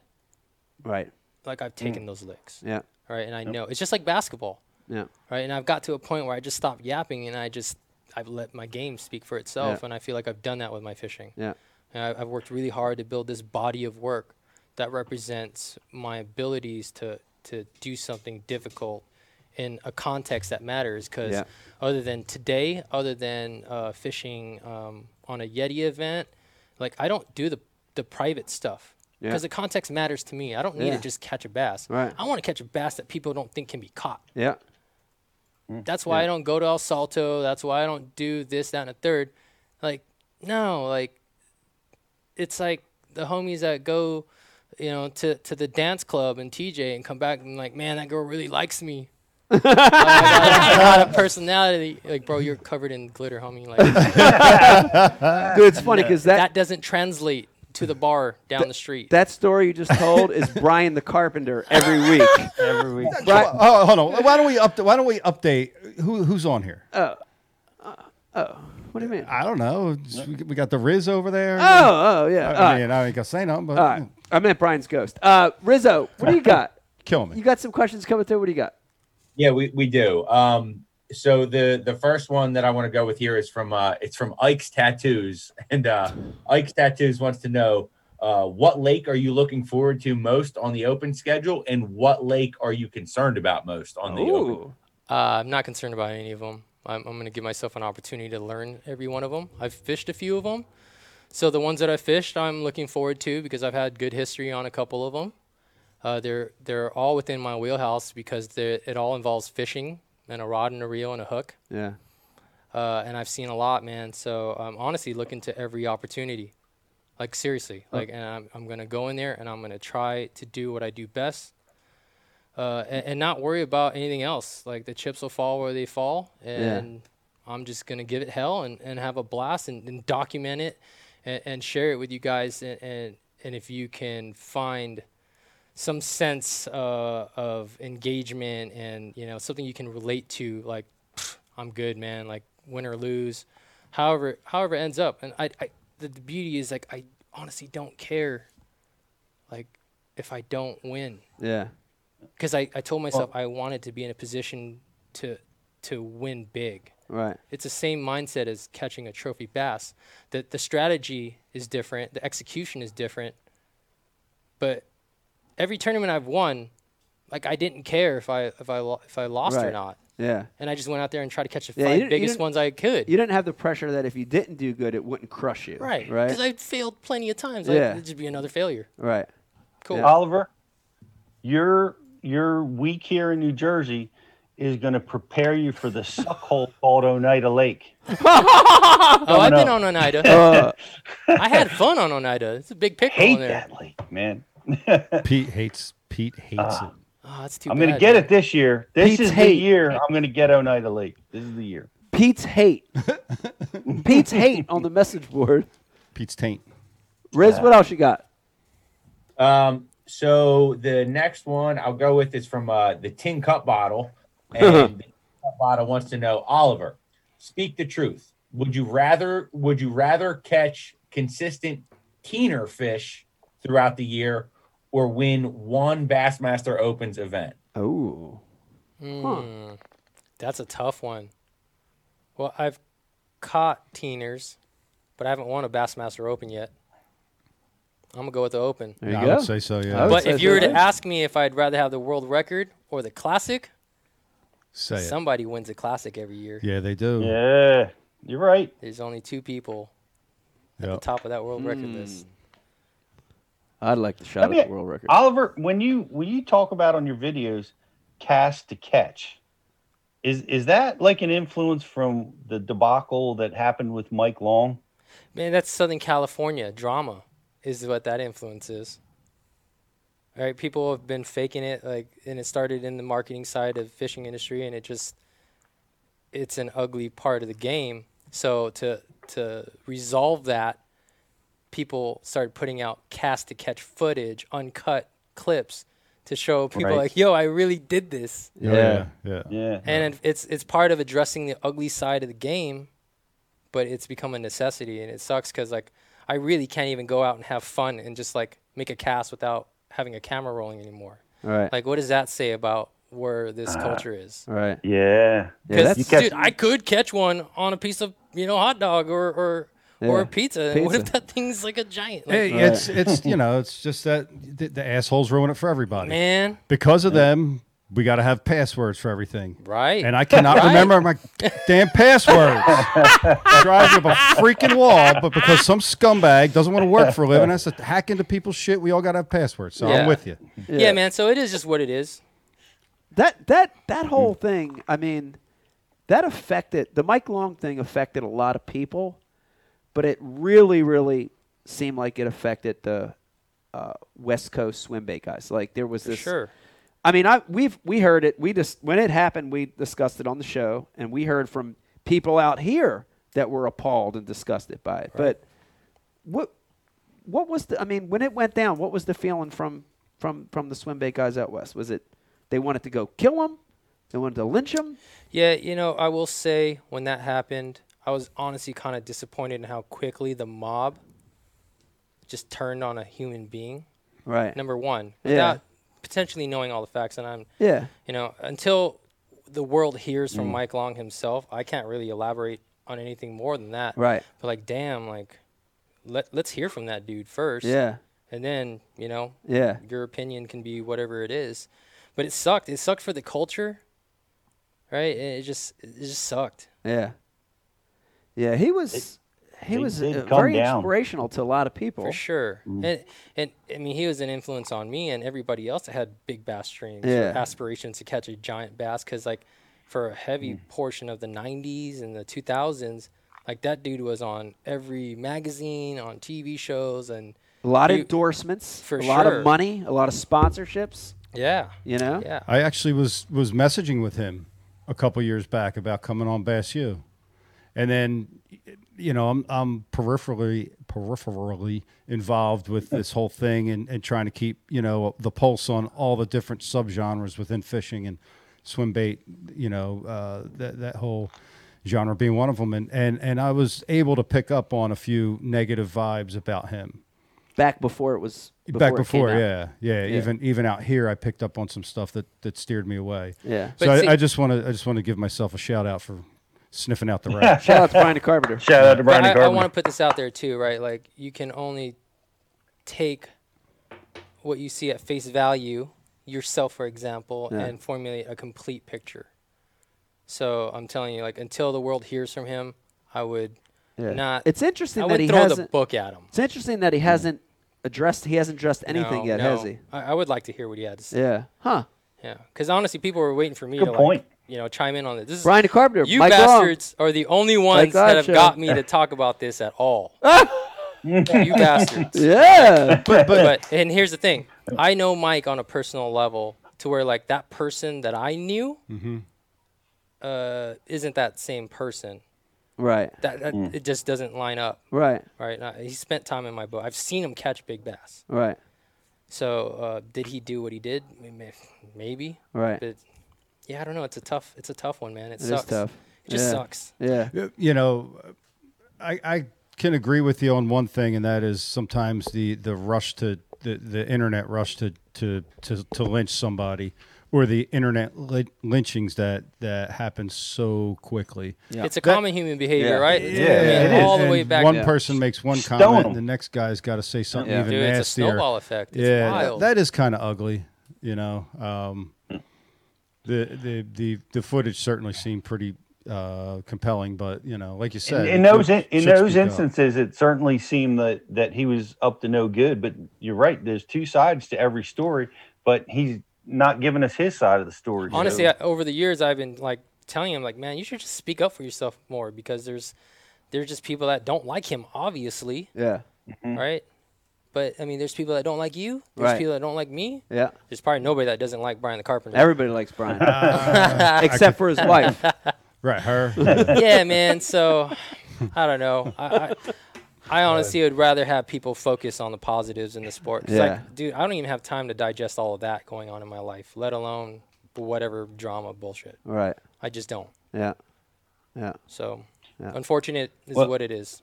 Speaker 1: Right.
Speaker 2: Like I've taken those licks.
Speaker 1: Mm. Yeah.
Speaker 2: Right. And I know it's just like basketball.
Speaker 1: Yeah.
Speaker 2: right? And I've got to a point where I just stopped yapping and I just I've let my game speak for itself,
Speaker 1: Yeah.
Speaker 2: and I feel like I've done that with my fishing.
Speaker 1: Yeah.
Speaker 2: And I, I've worked really hard to build this body of work that represents my abilities to to do something difficult in a context that matters. Because
Speaker 1: Yeah.
Speaker 2: other than today, other than uh, fishing um, on a Yeti event, like I don't do the the private stuff
Speaker 1: Yeah.
Speaker 2: because the context matters to me. I don't need
Speaker 1: Yeah.
Speaker 2: to just catch a bass.
Speaker 1: Right.
Speaker 2: I want to catch a bass that people don't think can be caught.
Speaker 1: Yeah. Mm.
Speaker 2: That's why I don't go to El Salto. That's why I don't do this, that, and a third. Like, no, like, it's like the homies that go, you know, to, to the dance club and TJ and come back and like, man, that girl really likes me. Like, I got a lot of personality. Like, bro, you're covered in glitter, homie. Like, that,
Speaker 1: Dude, it's funny because that
Speaker 2: doesn't translate to the bar down the street.
Speaker 1: That story you just told is Brian the Carpenter every week.
Speaker 5: Every week.
Speaker 1: Right.
Speaker 3: Well, oh, hold on. Why don't we update? Why don't we update? Who who's on here?
Speaker 1: What do you mean?
Speaker 3: Oh, I don't know. Just- we- We got the Riz over there.
Speaker 1: Oh, oh yeah.
Speaker 3: I
Speaker 1: Uh,
Speaker 3: mean, I ain't gonna say nothing, but
Speaker 1: all right. I meant Brian's ghost. Uh, Rizzo, what do you got?
Speaker 3: kill me.
Speaker 1: You got some questions coming through. What do you got?
Speaker 6: Yeah, we, we do. Um, so the the first one that I want to go with here is from uh, it's from Ike's Tattoos, and uh, Ike's Tattoos wants to know uh, what lake are you looking forward to most on the open schedule, and what lake are you concerned about most on the open?
Speaker 1: Ooh,
Speaker 2: Uh, I'm not concerned about any of them. I'm, I'm going to give myself an opportunity to learn every one of them. I've fished a few of them. So the ones that I fished, I'm looking forward to because I've had good history on a couple of them. Uh, they're they're all within my wheelhouse because they're- it all involves fishing and a rod and a reel and a hook.
Speaker 1: yeah.
Speaker 2: Uh, and I've seen a lot, man. So I'm honestly looking to every opportunity, like seriously. Like, and I'm I'm gonna go in there and I'm gonna try to do what I do best, uh, and, and not worry about anything else. Like the chips will fall where they fall, and I'm just gonna give it hell and, and have a blast and, and document it, and, and share it with you guys. And, and and if you can find some sense uh, of engagement and you know something you can relate to, like. pfft, I'm good, man. Like win or lose, however however it ends up. And I, I the, the beauty is like I honestly don't care. Like if I don't win,
Speaker 1: Yeah.
Speaker 2: because I, I told myself I wanted to be in a position to to win big.
Speaker 1: Right.
Speaker 2: It's the same mindset as catching a trophy bass. The the strategy is different, the execution is different. But every tournament I've won, like I didn't care if I if I lo- if I lost or
Speaker 1: Right.
Speaker 2: not,
Speaker 1: Yeah.
Speaker 2: and I just went out there and tried to catch the
Speaker 1: Yeah, you
Speaker 2: five
Speaker 1: didn't- you
Speaker 2: biggest
Speaker 1: didn't-
Speaker 2: ones I could.
Speaker 1: You didn't have the pressure that if you didn't do good, it wouldn't crush you.
Speaker 2: right,
Speaker 1: Right.
Speaker 2: Because I failed plenty of times.
Speaker 1: Yeah.
Speaker 2: Yeah. it'd just be another failure.
Speaker 1: right.
Speaker 2: Cool.
Speaker 5: Oliver, your your week here in New Jersey is going to prepare you for the suckhole called Oneida Lake.
Speaker 2: Oh, I've been
Speaker 5: up.
Speaker 2: on Oneida.
Speaker 1: Uh,
Speaker 2: I had fun on Oneida. It's a big pickle
Speaker 5: Hate
Speaker 2: in there.
Speaker 5: that lake, man. Ah.
Speaker 3: Pete hates. Pete hates it.
Speaker 2: Oh, that's too
Speaker 5: I'm
Speaker 2: bad.
Speaker 5: going to get
Speaker 2: man.
Speaker 5: it this year. This
Speaker 1: Pete's
Speaker 5: is
Speaker 1: hate.
Speaker 5: the year I'm going to get Oneida Lake. This is the year.
Speaker 1: Pete's hate. Pete's hate on the message board.
Speaker 3: Pete's taint.
Speaker 1: Riz, what else you got?
Speaker 6: Um, so the next one I'll go with is from uh, the Tin Cup Bottle. And the Tin Cup Bottle wants to know, Oliver, speak the truth. Would you rather would you rather catch consistent keener fish throughout the year or win one Bassmaster Opens event?
Speaker 1: Oh.
Speaker 2: Mm, That's a tough one. Well, I've caught teeners, but I haven't won a Bassmaster Open yet. I'm gonna go with the Open.
Speaker 1: There you
Speaker 3: I
Speaker 1: go.
Speaker 3: would say so.
Speaker 1: I
Speaker 3: Yeah.
Speaker 1: would
Speaker 2: But
Speaker 1: say
Speaker 2: if you were to
Speaker 1: so.
Speaker 2: ask me if I'd rather have the world record or the classic,
Speaker 3: say it.
Speaker 2: somebody wins a classic every year.
Speaker 3: Yeah, they do.
Speaker 5: Yeah, you're right.
Speaker 2: There's only two people at
Speaker 3: Yeah.
Speaker 2: the top of that world record list.
Speaker 1: I'd like to shout
Speaker 5: Let me-
Speaker 1: at the world record.
Speaker 5: Oliver, when you when you talk about on your videos, cast to catch, is is that like an influence from the debacle that happened with Mike Long?
Speaker 2: Man, that's Southern California drama, is what that influence is. All right, people have been faking it, like, and it started in the marketing side of fishing industry, and it just, it's an ugly part of the game. So to to resolve that, people started putting out cast to catch footage, uncut clips, to show people
Speaker 5: Right.
Speaker 2: like, yo, I really did this
Speaker 3: Oh, Yeah.
Speaker 1: Yeah.
Speaker 3: Yeah. yeah.
Speaker 5: Yeah,
Speaker 2: and it- it's it's part of addressing the ugly side of the game, but it's become a necessity, and it sucks because like I really can't even go out and have fun and just like make a cast without having a camera rolling anymore.
Speaker 1: All right.
Speaker 2: Like, what does that say about where this culture is?
Speaker 1: All right.
Speaker 5: yeah.
Speaker 1: Yeah,
Speaker 2: Because
Speaker 1: that's
Speaker 5: catch-
Speaker 2: dude, I could catch one on a piece of you know hot dog or or. Or a
Speaker 1: Yeah,
Speaker 2: pizza. and What if
Speaker 1: pizza.
Speaker 2: that thing's like a giant? Like,
Speaker 3: Hey, it's it's you know it's just that the, the assholes ruin it for everybody.
Speaker 2: man,
Speaker 3: Because of them, we got to have passwords for everything.
Speaker 2: right?
Speaker 3: And I cannot
Speaker 2: Right.
Speaker 3: remember my damn passwords. Drives me up a freaking wall. But because some scumbag doesn't want to work for a living, has to hack into people's shit. We all got to have passwords. So
Speaker 2: Yeah.
Speaker 3: I'm with you.
Speaker 2: yeah. man. So it is just what it is.
Speaker 1: That that that
Speaker 2: Mm.
Speaker 1: whole thing, I mean, that affected the Mike Long thing affected a lot of people, but it really, really seemed like it affected the uh, West Coast swim bait guys. Like there was
Speaker 2: For
Speaker 1: this
Speaker 2: sure.
Speaker 1: I mean, I we've we heard it. We just when it happened, we discussed it on the show, and we heard from people out here that were appalled and disgusted by it. But what what was the? I mean, when it went down, what was the feeling from from from the swim bait guys out west? Was it they wanted to go kill him? They wanted to lynch him?
Speaker 2: Yeah, you know, I will say when that happened, I was honestly kind of disappointed in how quickly the mob just turned on a human being.
Speaker 1: Right.
Speaker 2: Number one,
Speaker 1: Yeah.
Speaker 2: without potentially knowing all the facts, and I'm,
Speaker 1: Yeah. Mm.
Speaker 2: you know, until the world hears from Mike Long himself, I can't really elaborate on anything more than that.
Speaker 1: Right.
Speaker 2: But like, damn, like, let let's hear from that dude first.
Speaker 1: Yeah.
Speaker 2: And then you know,
Speaker 1: Yeah.
Speaker 2: your opinion can be whatever it is. But it sucked. It sucked for the culture, right? It it just it just sucked.
Speaker 1: Yeah. Yeah. He was he
Speaker 5: they
Speaker 1: was
Speaker 5: did
Speaker 1: uh,
Speaker 5: come
Speaker 1: very
Speaker 5: down.
Speaker 1: inspirational to a lot of people.
Speaker 2: For sure.
Speaker 1: Mm-hmm.
Speaker 2: And and I mean he was an influence on me and everybody else that had big bass streams
Speaker 1: Yeah.
Speaker 2: or aspirations to catch a giant bass cuz like for a heavy
Speaker 1: Mm.
Speaker 2: portion of the 90s and the 2000s like that dude was on every magazine, on TV shows and
Speaker 1: A lot of
Speaker 2: You-
Speaker 1: endorsements,
Speaker 2: for
Speaker 1: a lot
Speaker 2: sure.
Speaker 1: of money, a lot of sponsorships.
Speaker 2: yeah.
Speaker 1: You know.
Speaker 2: Yeah.
Speaker 3: I actually was was messaging with him a couple years back about coming on Bass U, and then you know I'm I'm peripherally peripherally involved with this whole thing and and trying to keep you know the pulse on all the different subgenres within fishing and swim bait, you know, uh, that that whole genre being one of them. And and and I was able to pick up on a few negative vibes about him
Speaker 1: back before it was before
Speaker 3: back
Speaker 1: it
Speaker 3: before,
Speaker 1: came out.
Speaker 3: yeah, yeah,
Speaker 1: Yeah.
Speaker 3: Even even out here, I picked up on some stuff that that steered me away.
Speaker 1: yeah.
Speaker 3: So
Speaker 2: But
Speaker 3: I,
Speaker 2: see-
Speaker 3: I just want to I just want to give myself a shout out for sniffing out the rat.
Speaker 1: Shout out to Brian the Carpenter.
Speaker 5: Shout out to
Speaker 2: But
Speaker 5: Brian
Speaker 2: I,
Speaker 5: Gardner.
Speaker 2: I want to put this out there too, right? Like you can only take what you see at face value, yourself, for example,
Speaker 1: Yeah.
Speaker 2: and formulate a complete picture. So I'm telling you, like until the world hears from him, I would
Speaker 1: Yeah.
Speaker 2: not.
Speaker 1: It's interesting
Speaker 2: I
Speaker 1: that
Speaker 2: would
Speaker 1: he
Speaker 2: throw the
Speaker 1: hasn't.
Speaker 2: book at him.
Speaker 1: It's interesting that he hasn't addressed. He hasn't addressed anything
Speaker 2: No,
Speaker 1: yet,
Speaker 2: no.
Speaker 1: has he?
Speaker 2: I, I would like to hear what he had to say.
Speaker 1: Yeah. Huh.
Speaker 2: Yeah, because honestly, people were waiting for me
Speaker 5: Good
Speaker 2: to
Speaker 5: point.
Speaker 2: like, you know, chime in on this. This is
Speaker 1: Brian the Carpenter.
Speaker 2: you
Speaker 1: Mike Long.
Speaker 2: bastards are the only ones
Speaker 1: God,
Speaker 2: that have
Speaker 1: Joe.
Speaker 2: got me to talk about this at all. you bastards.
Speaker 1: Yeah.
Speaker 3: but but
Speaker 2: but and here's the thing i know mike on a personal level to where like that person that i knew
Speaker 3: Mm-hmm.
Speaker 2: uh, isn't that same person
Speaker 1: right.
Speaker 2: that, that
Speaker 5: Mm.
Speaker 2: it just doesn't line up
Speaker 1: Right.
Speaker 2: right And I- he spent time in my boat i've seen him catch big bass
Speaker 1: Right.
Speaker 2: so uh, did he do what he did May- may- maybe
Speaker 1: Right.
Speaker 2: but yeah i don't know it's a tough it's a tough one man it,
Speaker 1: It is
Speaker 2: sucks
Speaker 1: tough.
Speaker 2: it just
Speaker 1: Yeah.
Speaker 2: sucks
Speaker 1: Yeah.
Speaker 3: Uh, you know, I I can agree with you on one thing, and that is sometimes the the rush to the, the internet rush to, to to to lynch somebody, or the internet lyn- lynchings that that happen so quickly.
Speaker 2: it's a common human behavior
Speaker 1: Yeah.
Speaker 2: right It's- I
Speaker 5: Yeah,
Speaker 2: mean,
Speaker 5: it is.
Speaker 2: all the
Speaker 3: And
Speaker 2: way back
Speaker 3: One
Speaker 2: to-
Speaker 3: person makes one
Speaker 5: Stone
Speaker 3: comment,
Speaker 5: 'em.
Speaker 3: and the next guy's got to say something
Speaker 1: Yeah.
Speaker 3: even
Speaker 2: dude it's a
Speaker 3: nastier.
Speaker 2: snowball effect it's
Speaker 3: yeah,
Speaker 2: wild
Speaker 3: that is kind of ugly. You know, um, the, the the the footage certainly seemed pretty uh, compelling, but you know, like you
Speaker 5: in,
Speaker 3: said,
Speaker 5: in those in, in
Speaker 3: should
Speaker 5: those
Speaker 3: speak up.
Speaker 5: instances, it certainly seemed that that he was up to no good. But you're right. There's two sides to every story, but he's not giving us his side of the story. so-
Speaker 2: honestly I, over the years i've been like telling him like man you should just speak up for yourself more because there's there's just people that don't like him obviously
Speaker 1: Yeah.
Speaker 2: right but i mean there's people that don't like you there's
Speaker 1: Right.
Speaker 2: people that don't like me
Speaker 1: Yeah.
Speaker 2: there's probably nobody that doesn't like brian the carpenter
Speaker 1: Everybody likes Brian, except for his wife.
Speaker 3: right? Her,
Speaker 2: yeah man so i don't know i, I I honestly would rather have people focus on the positives in the sport. 'Cause,
Speaker 1: Yeah.
Speaker 2: Like, dude, I don't even have time to digest all of that going on in my life, let alone whatever drama bullshit.
Speaker 1: Right.
Speaker 2: I just don't.
Speaker 1: Yeah. Yeah.
Speaker 2: So, unfortunate is
Speaker 5: Well-
Speaker 2: what it is.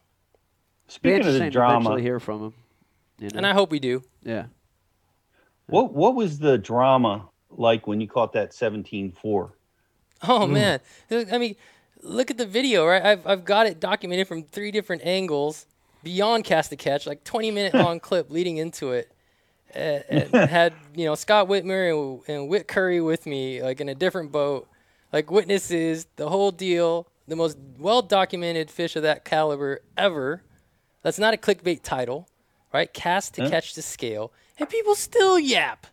Speaker 1: Be
Speaker 5: speaking of
Speaker 1: interesting
Speaker 5: the
Speaker 1: to
Speaker 5: drama,
Speaker 1: eventually hear from him. You know?
Speaker 2: And I hope we do.
Speaker 1: yeah.
Speaker 5: what what was the drama like when you caught that 17-4?
Speaker 2: Oh man, I mean, look at the video, right? I've I've got it documented from three different angles beyond cast to catch, like 20 minute long clip leading into it. Uh, and had you know Scott Whitmer and, and Whit Curry with me, like in a different boat, like witnesses, the whole deal. The most well documented fish of that caliber ever. That's not a clickbait title, right? Cast to catch the scale, and people still yap.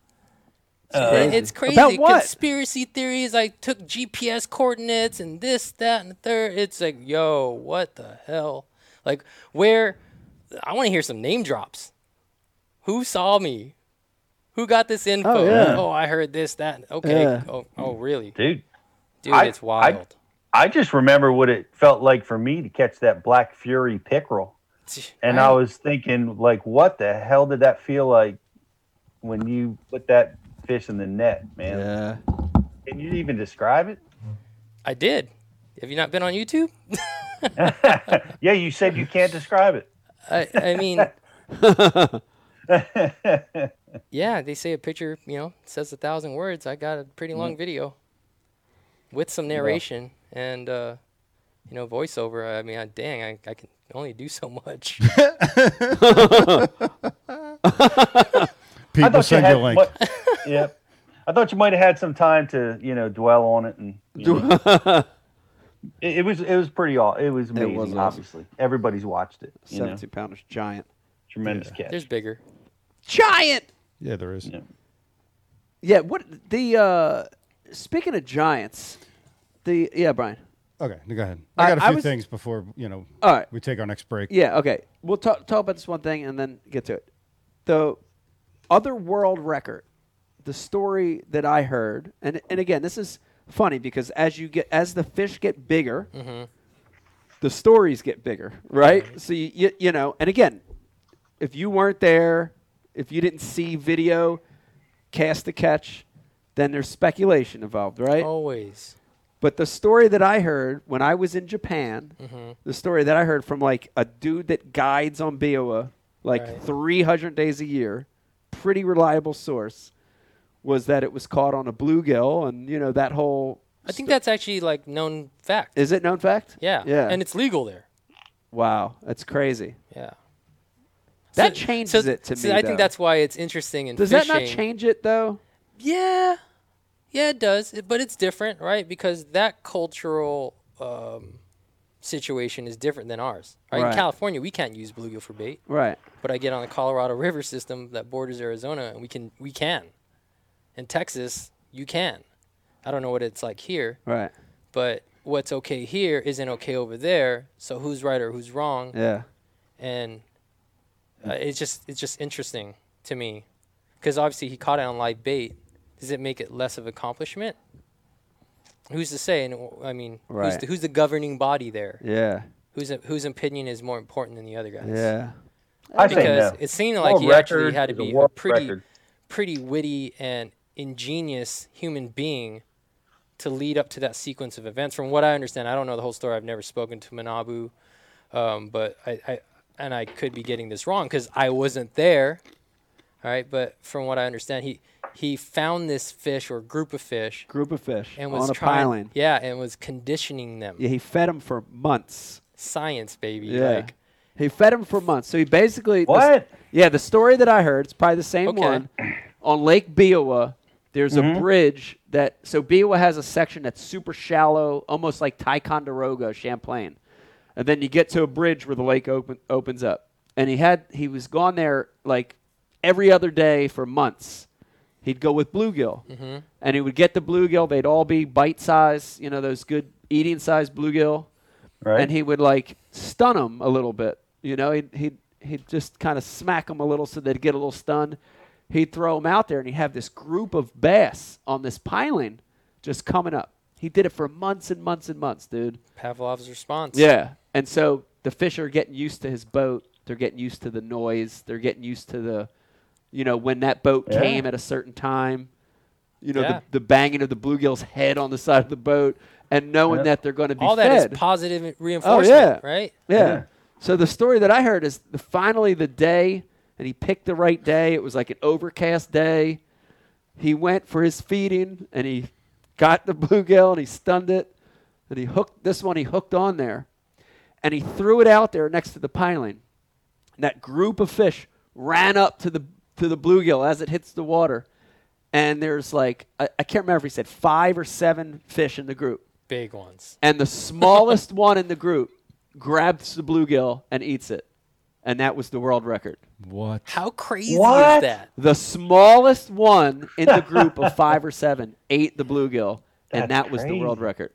Speaker 2: And Uh, It's crazy.
Speaker 1: About what?
Speaker 2: Conspiracy theories. I took GPS coordinates and this, that, and the third. It's like, yo, what the hell? Like, where? I want to hear some name drops. Who saw me? Who got this info?
Speaker 1: Oh, yeah.
Speaker 2: I heard this, that. Okay.
Speaker 1: Yeah.
Speaker 2: Oh, oh, really?
Speaker 5: Dude,
Speaker 2: Dude,
Speaker 5: I-
Speaker 2: it's wild.
Speaker 5: I just remember what it felt like for me to catch that Black Fury pickerel. And I was thinking, like, what the hell did that feel like when you put that fish in the net, man?
Speaker 1: Yeah.
Speaker 5: Can you even describe it?
Speaker 2: I did. Have you not been on YouTube?
Speaker 5: Yeah, you said you can't describe it.
Speaker 2: I, I mean, yeah, they say a picture, you know, says a thousand words. I got a pretty
Speaker 5: Mm-hmm.
Speaker 2: long video with some narration and, uh, you know, voiceover. I mean, I, dang, I, I can only do so much.
Speaker 3: people send you a link.
Speaker 5: what- yeah. I thought you might have had some time to, you know, dwell on it and you know. it, it was it was pretty all it was amazing,
Speaker 1: was awesome.
Speaker 5: obviously. Everybody's watched it. You know,
Speaker 1: 17 pounders. Giant.
Speaker 5: tremendous catch.
Speaker 2: There's bigger.
Speaker 1: Giant.
Speaker 3: Yeah, there is.
Speaker 5: Yeah.
Speaker 1: Yeah. What the? uh Speaking of giants, the yeah, Brian.
Speaker 3: Okay, go ahead.
Speaker 1: I-
Speaker 3: I got a
Speaker 1: I
Speaker 3: few
Speaker 1: was-
Speaker 3: things before you know.
Speaker 1: All right.
Speaker 3: we take our next break.
Speaker 1: Yeah. Okay. We'll talk talk about this one thing and then get to it. The other world record. The story that I heard, and and again, this is funny because as you get as the fish get bigger,
Speaker 2: Mm-hmm.
Speaker 1: the stories get bigger, right? So you, you you know, and again, if you weren't there, if you didn't see video, cast to catch, then there's speculation involved, right?
Speaker 2: Always.
Speaker 1: But the story that I heard when I was in Japan,
Speaker 2: hmm
Speaker 1: the story that I heard from like a dude that guides on Biowa like
Speaker 2: Right.
Speaker 1: 300 days a year, pretty reliable source, was that it was caught on a bluegill and you know that whole
Speaker 2: I think that's actually like known fact.
Speaker 1: is it known fact?
Speaker 2: yeah.
Speaker 1: Yeah.
Speaker 2: And it's legal there.
Speaker 1: wow, that's crazy.
Speaker 2: Yeah.
Speaker 1: That
Speaker 2: So-
Speaker 1: changes
Speaker 2: so-
Speaker 1: it to
Speaker 2: so
Speaker 1: me.
Speaker 2: I
Speaker 1: though.
Speaker 2: think that's why it's interesting. And
Speaker 1: Does that not change it though?
Speaker 2: Yeah, yeah, it does. It- But it's different, right? Because that cultural um, situation is different than ours. Right?
Speaker 1: Right.
Speaker 2: In California, we can't use bluegill for bait,
Speaker 1: Right.
Speaker 2: but I get on the Colorado River system that borders Arizona, and we can. We can. In Texas, you can. I don't know what it's like here,
Speaker 1: Right.
Speaker 2: but what's okay here isn't okay over there. So who's right or who's wrong?
Speaker 1: Yeah.
Speaker 2: and uh, it's just it's just interesting to me because obviously he caught it on live bait. Does it make it less of accomplishment? Who's to say? And w- I mean, who's,
Speaker 1: Right.
Speaker 2: the, who's the governing body there?
Speaker 1: Yeah.
Speaker 2: Whose whose opinion is more important than the other guys?
Speaker 1: Yeah.
Speaker 5: I say
Speaker 2: because
Speaker 5: no.
Speaker 2: it seemed like
Speaker 5: World
Speaker 2: he actually
Speaker 5: record
Speaker 2: had to
Speaker 5: is a
Speaker 2: be a
Speaker 5: world
Speaker 2: pretty
Speaker 5: record.
Speaker 2: pretty witty and ingenious human being to lead up to that sequence of events. From what I understand, I don't know the whole story. I've never spoken to Manabu, um, but I, I and I could be getting this wrong because I wasn't there. All right, but from what I understand, he he found this fish or group of fish
Speaker 1: Group of fish
Speaker 2: and was
Speaker 1: on a
Speaker 2: trying,
Speaker 1: piling.
Speaker 2: yeah, and was conditioning them.
Speaker 1: Yeah, he fed them for months.
Speaker 2: Science, baby.
Speaker 1: Yeah.
Speaker 2: Like,
Speaker 1: He fed him for months. So he basically the s-
Speaker 5: What?
Speaker 1: yeah, the story that I heard, it's probably the same
Speaker 2: Okay.
Speaker 1: one. On Lake Biowa, there's a bridge that so Biowa has a section that's super shallow, almost like Ticonderoga, Champlain. And then you get to a bridge where the lake open, opens up. And he had he was gone there like every other day for months. He'd go with bluegill,
Speaker 2: Mm-hmm.
Speaker 1: Mm-hmm. and he would get the bluegill. They'd all be bite size, you know, those good eating size bluegill
Speaker 5: Right.
Speaker 1: and he would like stun them a little bit. You know, he'd he'd, he'd just kind of smack them a little so they'd get a little stunned. He'd throw them out there, and he'd have this group of bass on this piling just coming up. He did it for months and months and months, dude.
Speaker 2: Pavlov's response.
Speaker 1: Yeah, and so the fish are getting used to his boat. They're getting used to the noise. They're getting used to the, you know, when that boat
Speaker 5: Yeah.
Speaker 1: came at a certain time. You know,
Speaker 2: Yeah.
Speaker 1: the, the banging of the bluegill's head on the side of the boat, and knowing
Speaker 5: Yeah.
Speaker 1: that they're going to be
Speaker 2: All
Speaker 1: fed. Oh,
Speaker 2: that is positive reinforcement, right?
Speaker 1: Yeah.
Speaker 5: Yeah.
Speaker 1: So the story that I heard is the, finally the day, and he picked the right day. It was like an overcast day. He went for his feeding, and he got the bluegill, and he stunned it, and he hooked this one. He hooked on there, and he threw it out there next to the piling. And that group of fish ran up to the to the bluegill as it hits the water, and there's like I, I can't remember if he said five or seven fish in the group
Speaker 2: Big ones.
Speaker 1: and the smallest one in the group grabs the bluegill and eats it and that was the world record
Speaker 3: What?
Speaker 2: How crazy is
Speaker 5: What?
Speaker 2: that?
Speaker 1: the smallest one in the group of five or seven ate the bluegill and
Speaker 5: That's
Speaker 1: that was the world
Speaker 5: crazy.
Speaker 1: record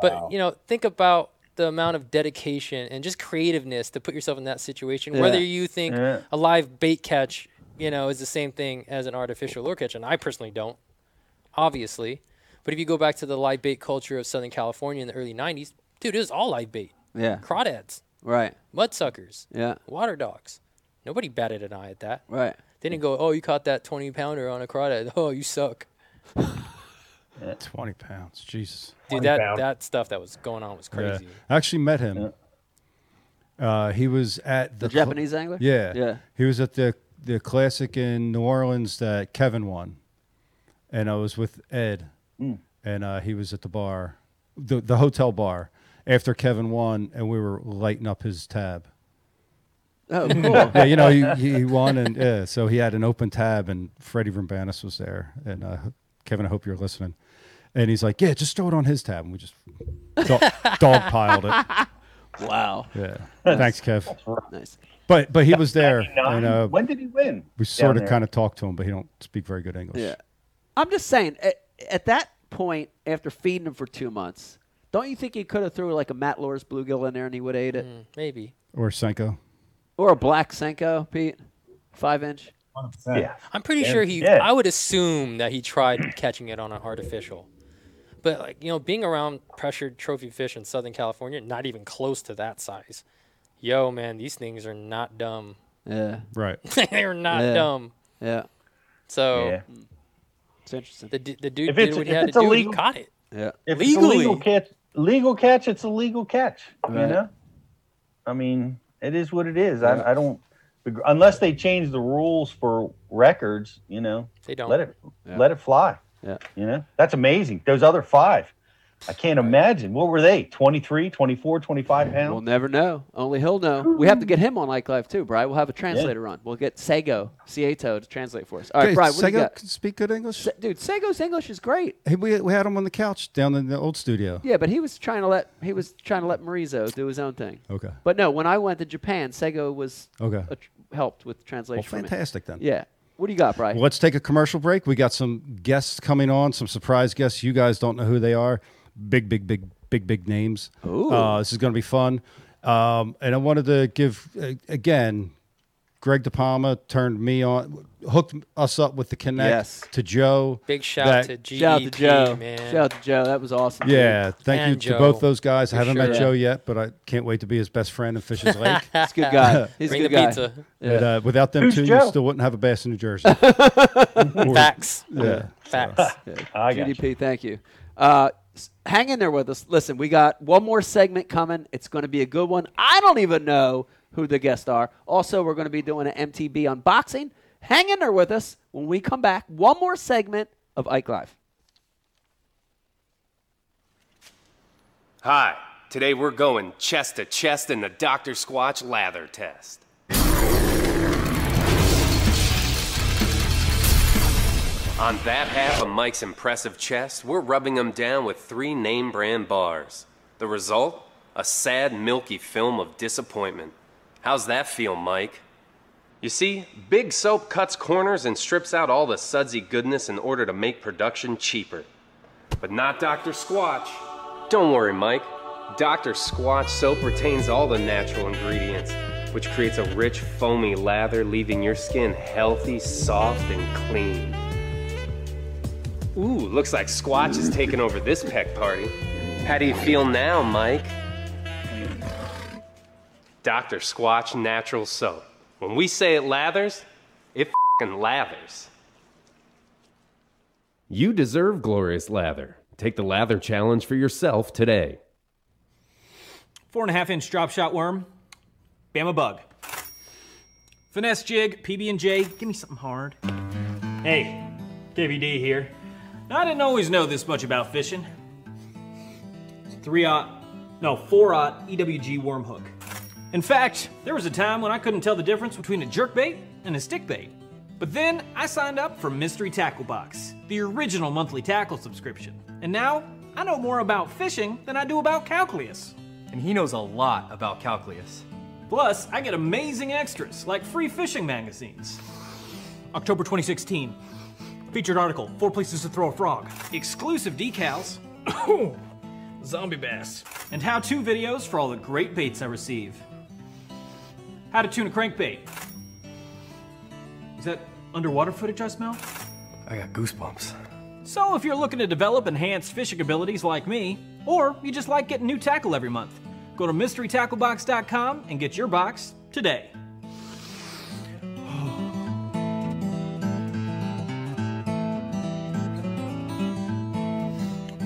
Speaker 2: But you know, think about the amount of dedication and just creativeness to put yourself in that situation. Whether
Speaker 1: Yeah.
Speaker 2: you think
Speaker 5: Yeah.
Speaker 2: a live bait catch, you know, is the same thing as an artificial lure catch, and I personally don't, obviously. But if you go back to the live bait culture of Southern California in the early '90s, dude, it was all live bait,
Speaker 1: yeah
Speaker 2: crawdads,
Speaker 1: right
Speaker 2: mudsuckers,
Speaker 1: yeah
Speaker 2: water dogs. Nobody batted an eye at that.
Speaker 1: right
Speaker 2: They didn't go, "Oh, you caught that 20 pounder on a crawdad. Oh, you suck."
Speaker 3: 20 pounds. Jesus.
Speaker 2: Dude,
Speaker 6: 20
Speaker 2: that
Speaker 6: pound.
Speaker 2: that stuff that was going on was
Speaker 3: Yeah.
Speaker 2: crazy.
Speaker 3: I actually met him. Uh, he was at the,
Speaker 1: the japanese angler
Speaker 3: Yeah.
Speaker 1: yeah
Speaker 3: He was at the the classic in New Orleans that Kevin won, and I was with Ed, and uh, he was at the bar, the the hotel bar after Kevin won, and we were lighting up his tab.
Speaker 1: oh cool
Speaker 3: yeah, you know he, he he won, and yeah, so he had an open tab, and Freddie Vrumbanis was there, and uh, Kevin, I hope you're listening, and he's like, yeah, just throw it on his tab, and we just dog, dog piled it.
Speaker 1: wow
Speaker 3: Yeah, thanks, Kev.
Speaker 1: Oh. nice
Speaker 3: But but he was there,
Speaker 5: Nine?
Speaker 3: and uh,
Speaker 5: when did he win?
Speaker 3: we sort
Speaker 5: down
Speaker 3: of
Speaker 5: there?
Speaker 3: kind of talked to him, but he don't speak very good English.
Speaker 1: yeah i'm just saying at, at that point after feeding him for two months don't you think he could have threw like a matt Lors bluegill in there and he would have ate it
Speaker 2: Mm, maybe.
Speaker 3: Or Senko.
Speaker 1: or a black senko pete five inch
Speaker 5: Yeah.
Speaker 2: I'm pretty sure he.
Speaker 5: yeah.
Speaker 2: I would assume that he tried catching it on an artificial, but like you know, being around pressured trophy fish in Southern California, not even close to that size. Yo, man, these things are not dumb.
Speaker 1: yeah
Speaker 3: Right.
Speaker 2: they are not
Speaker 1: Yeah.
Speaker 2: dumb.
Speaker 1: yeah
Speaker 2: So
Speaker 5: Yeah.
Speaker 1: It's interesting.
Speaker 2: The, d- the dude
Speaker 5: If
Speaker 2: did
Speaker 5: it's-
Speaker 2: what he
Speaker 5: if
Speaker 2: had to
Speaker 5: it's a
Speaker 2: do. He
Speaker 5: legal-
Speaker 2: caught it.
Speaker 1: Yeah.
Speaker 5: If it's a legal
Speaker 2: Legally.
Speaker 5: catch, legal catch, it's a legal catch. You
Speaker 1: Right.
Speaker 5: know, I mean, it is what it is.
Speaker 1: Yeah.
Speaker 5: I, I don't, begr- unless they change the rules for records. You know,
Speaker 2: They don't.
Speaker 5: let it
Speaker 1: Yeah.
Speaker 5: let it fly.
Speaker 1: Yeah.
Speaker 5: You know, that's amazing. Those other five, I can't imagine. What were they? 23, 24, 25 pounds?
Speaker 1: We'll never know. Only he'll know. We have to get him on Like Life too, Brian. We'll have a translator on. We'll get Sego Cieto to translate for us. All right,
Speaker 3: Okay,
Speaker 1: Brian. What do you
Speaker 3: Sego
Speaker 1: got?
Speaker 3: can speak good English.
Speaker 1: Se- Dude, Sego's English is great.
Speaker 3: Hey, we, we had him on the couch down in the old studio.
Speaker 1: Yeah, but he was trying to let he was trying to let Marizo do his own thing.
Speaker 3: Okay.
Speaker 1: But no, when I went to Japan, Sego was
Speaker 3: Okay.
Speaker 1: a tr- helped with
Speaker 3: Well,
Speaker 1: translation. for me.
Speaker 3: fantastic then.
Speaker 1: Yeah. What do you got, Brian?
Speaker 3: Well, let's take a commercial break. We got some guests coming on, some surprise guests. You guys don't know who they are. Big, big, big, big, big names.
Speaker 1: Ooh.
Speaker 3: Uh, this is going to be fun. Um, and I wanted to give, uh, again, Greg De Palma turned me on, hooked us up with the connect
Speaker 1: Yes.
Speaker 3: to Joe.
Speaker 2: Big shout
Speaker 3: That-
Speaker 2: to GEP,
Speaker 1: Shout out to Joe.
Speaker 2: man.
Speaker 1: Shout out to Joe. That was awesome.
Speaker 3: Yeah, thank
Speaker 2: And
Speaker 3: you to
Speaker 2: Joe,
Speaker 3: both those guys. I haven't
Speaker 2: sure.
Speaker 3: met Joe yet, but I can't wait to be his best friend in Fishers Lake.
Speaker 1: He's a good guy. He's
Speaker 2: Bring
Speaker 1: a
Speaker 2: the
Speaker 1: good guy.
Speaker 2: pizza.
Speaker 3: But, uh, without them
Speaker 5: Who's
Speaker 3: two, you
Speaker 5: Joe?
Speaker 3: still wouldn't have a bass in New Jersey. Or-
Speaker 2: Facts.
Speaker 3: Yeah.
Speaker 2: Facts.
Speaker 5: I got
Speaker 1: GDP, thank you. Uh, s- hang in there with us. Listen, we got one more segment coming. It's going to be a good one. I don't even know who the guests are. Also, we're going to be doing an MTB unboxing. Hang in there with us when we come back. One more segment of Ike Live.
Speaker 7: Hi, today we're going chest to chest in the Dr. Squatch lather test. On that half of Mike's impressive chest, we're rubbing him down with three name brand bars. The result? A sad, milky film of disappointment. How's that feel, Mike? You see, Big Soap cuts corners and strips out all the sudsy goodness in order to make production cheaper. But not Dr. Squatch. Don't worry, Mike. Dr. Squatch soap retains all the natural ingredients, which creates a rich, foamy lather, leaving your skin healthy, soft, and clean. Ooh, looks like Squatch is taking over this peck party. How do you feel now, Mike? Dr. Squatch Natural Soap. When we say it lathers, it fing lathers. You deserve glorious lather. Take the lather challenge for yourself today.
Speaker 8: Four and a half inch drop shot worm. Bama bug. Finesse jig, PB&J. Give me something hard. Hey, KVD here. Now, I didn't always know this much about fishing. Three-aught, no, four-aught E EWG worm hook. In fact, there was a time when I couldn't tell the difference between a jerkbait and a stickbait. But then I signed up for Mystery Tackle Box, the original monthly tackle subscription. And now I know more about fishing than I do about calculus.
Speaker 9: and he knows a lot about Calculus.
Speaker 8: Plus, I get amazing extras like free fishing magazines. October 2016. Featured article Four Places to Throw a Frog. Exclusive decals. Zombie bass. And how to videos for all the great baits I receive. How to tune a crankbait. Is that underwater footage I smell?
Speaker 9: I got goosebumps.
Speaker 8: So, if you're looking to develop enhanced fishing abilities like me, or you just like getting new tackle every month, go to mysterytacklebox.com and get your box today.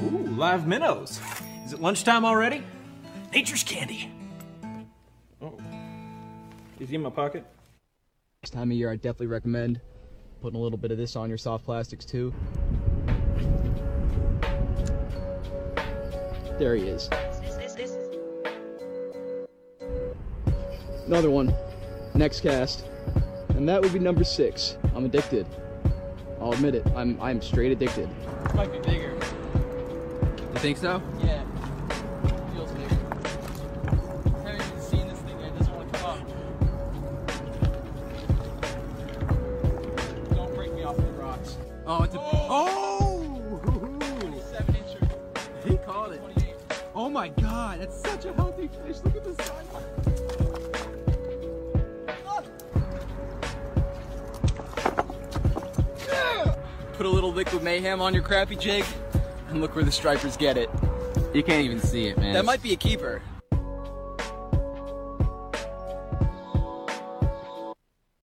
Speaker 8: Ooh, live minnows. Is it lunchtime already? Nature's candy. Oh. Is he in my pocket?
Speaker 10: This time of year, I definitely recommend putting a little bit of this on your soft plastics too. There he is. Another one. Next cast. And that would be number six. I'm addicted. I'll admit it. I'm I'm straight addicted.
Speaker 8: Might be bigger.
Speaker 10: You think so?
Speaker 8: Yeah. Feels bigger. haven't even seen this thing yet. It doesn't want to come up. Don't break me off the rocks.
Speaker 10: Oh, it's a oh!
Speaker 8: Seven inches.
Speaker 10: He called it. Oh my god, that's such a healthy fish. Look at the size. Put a little liquid mayhem on your crappy jig, and look where the stripers get it. You can't even see it, man. That might be a keeper.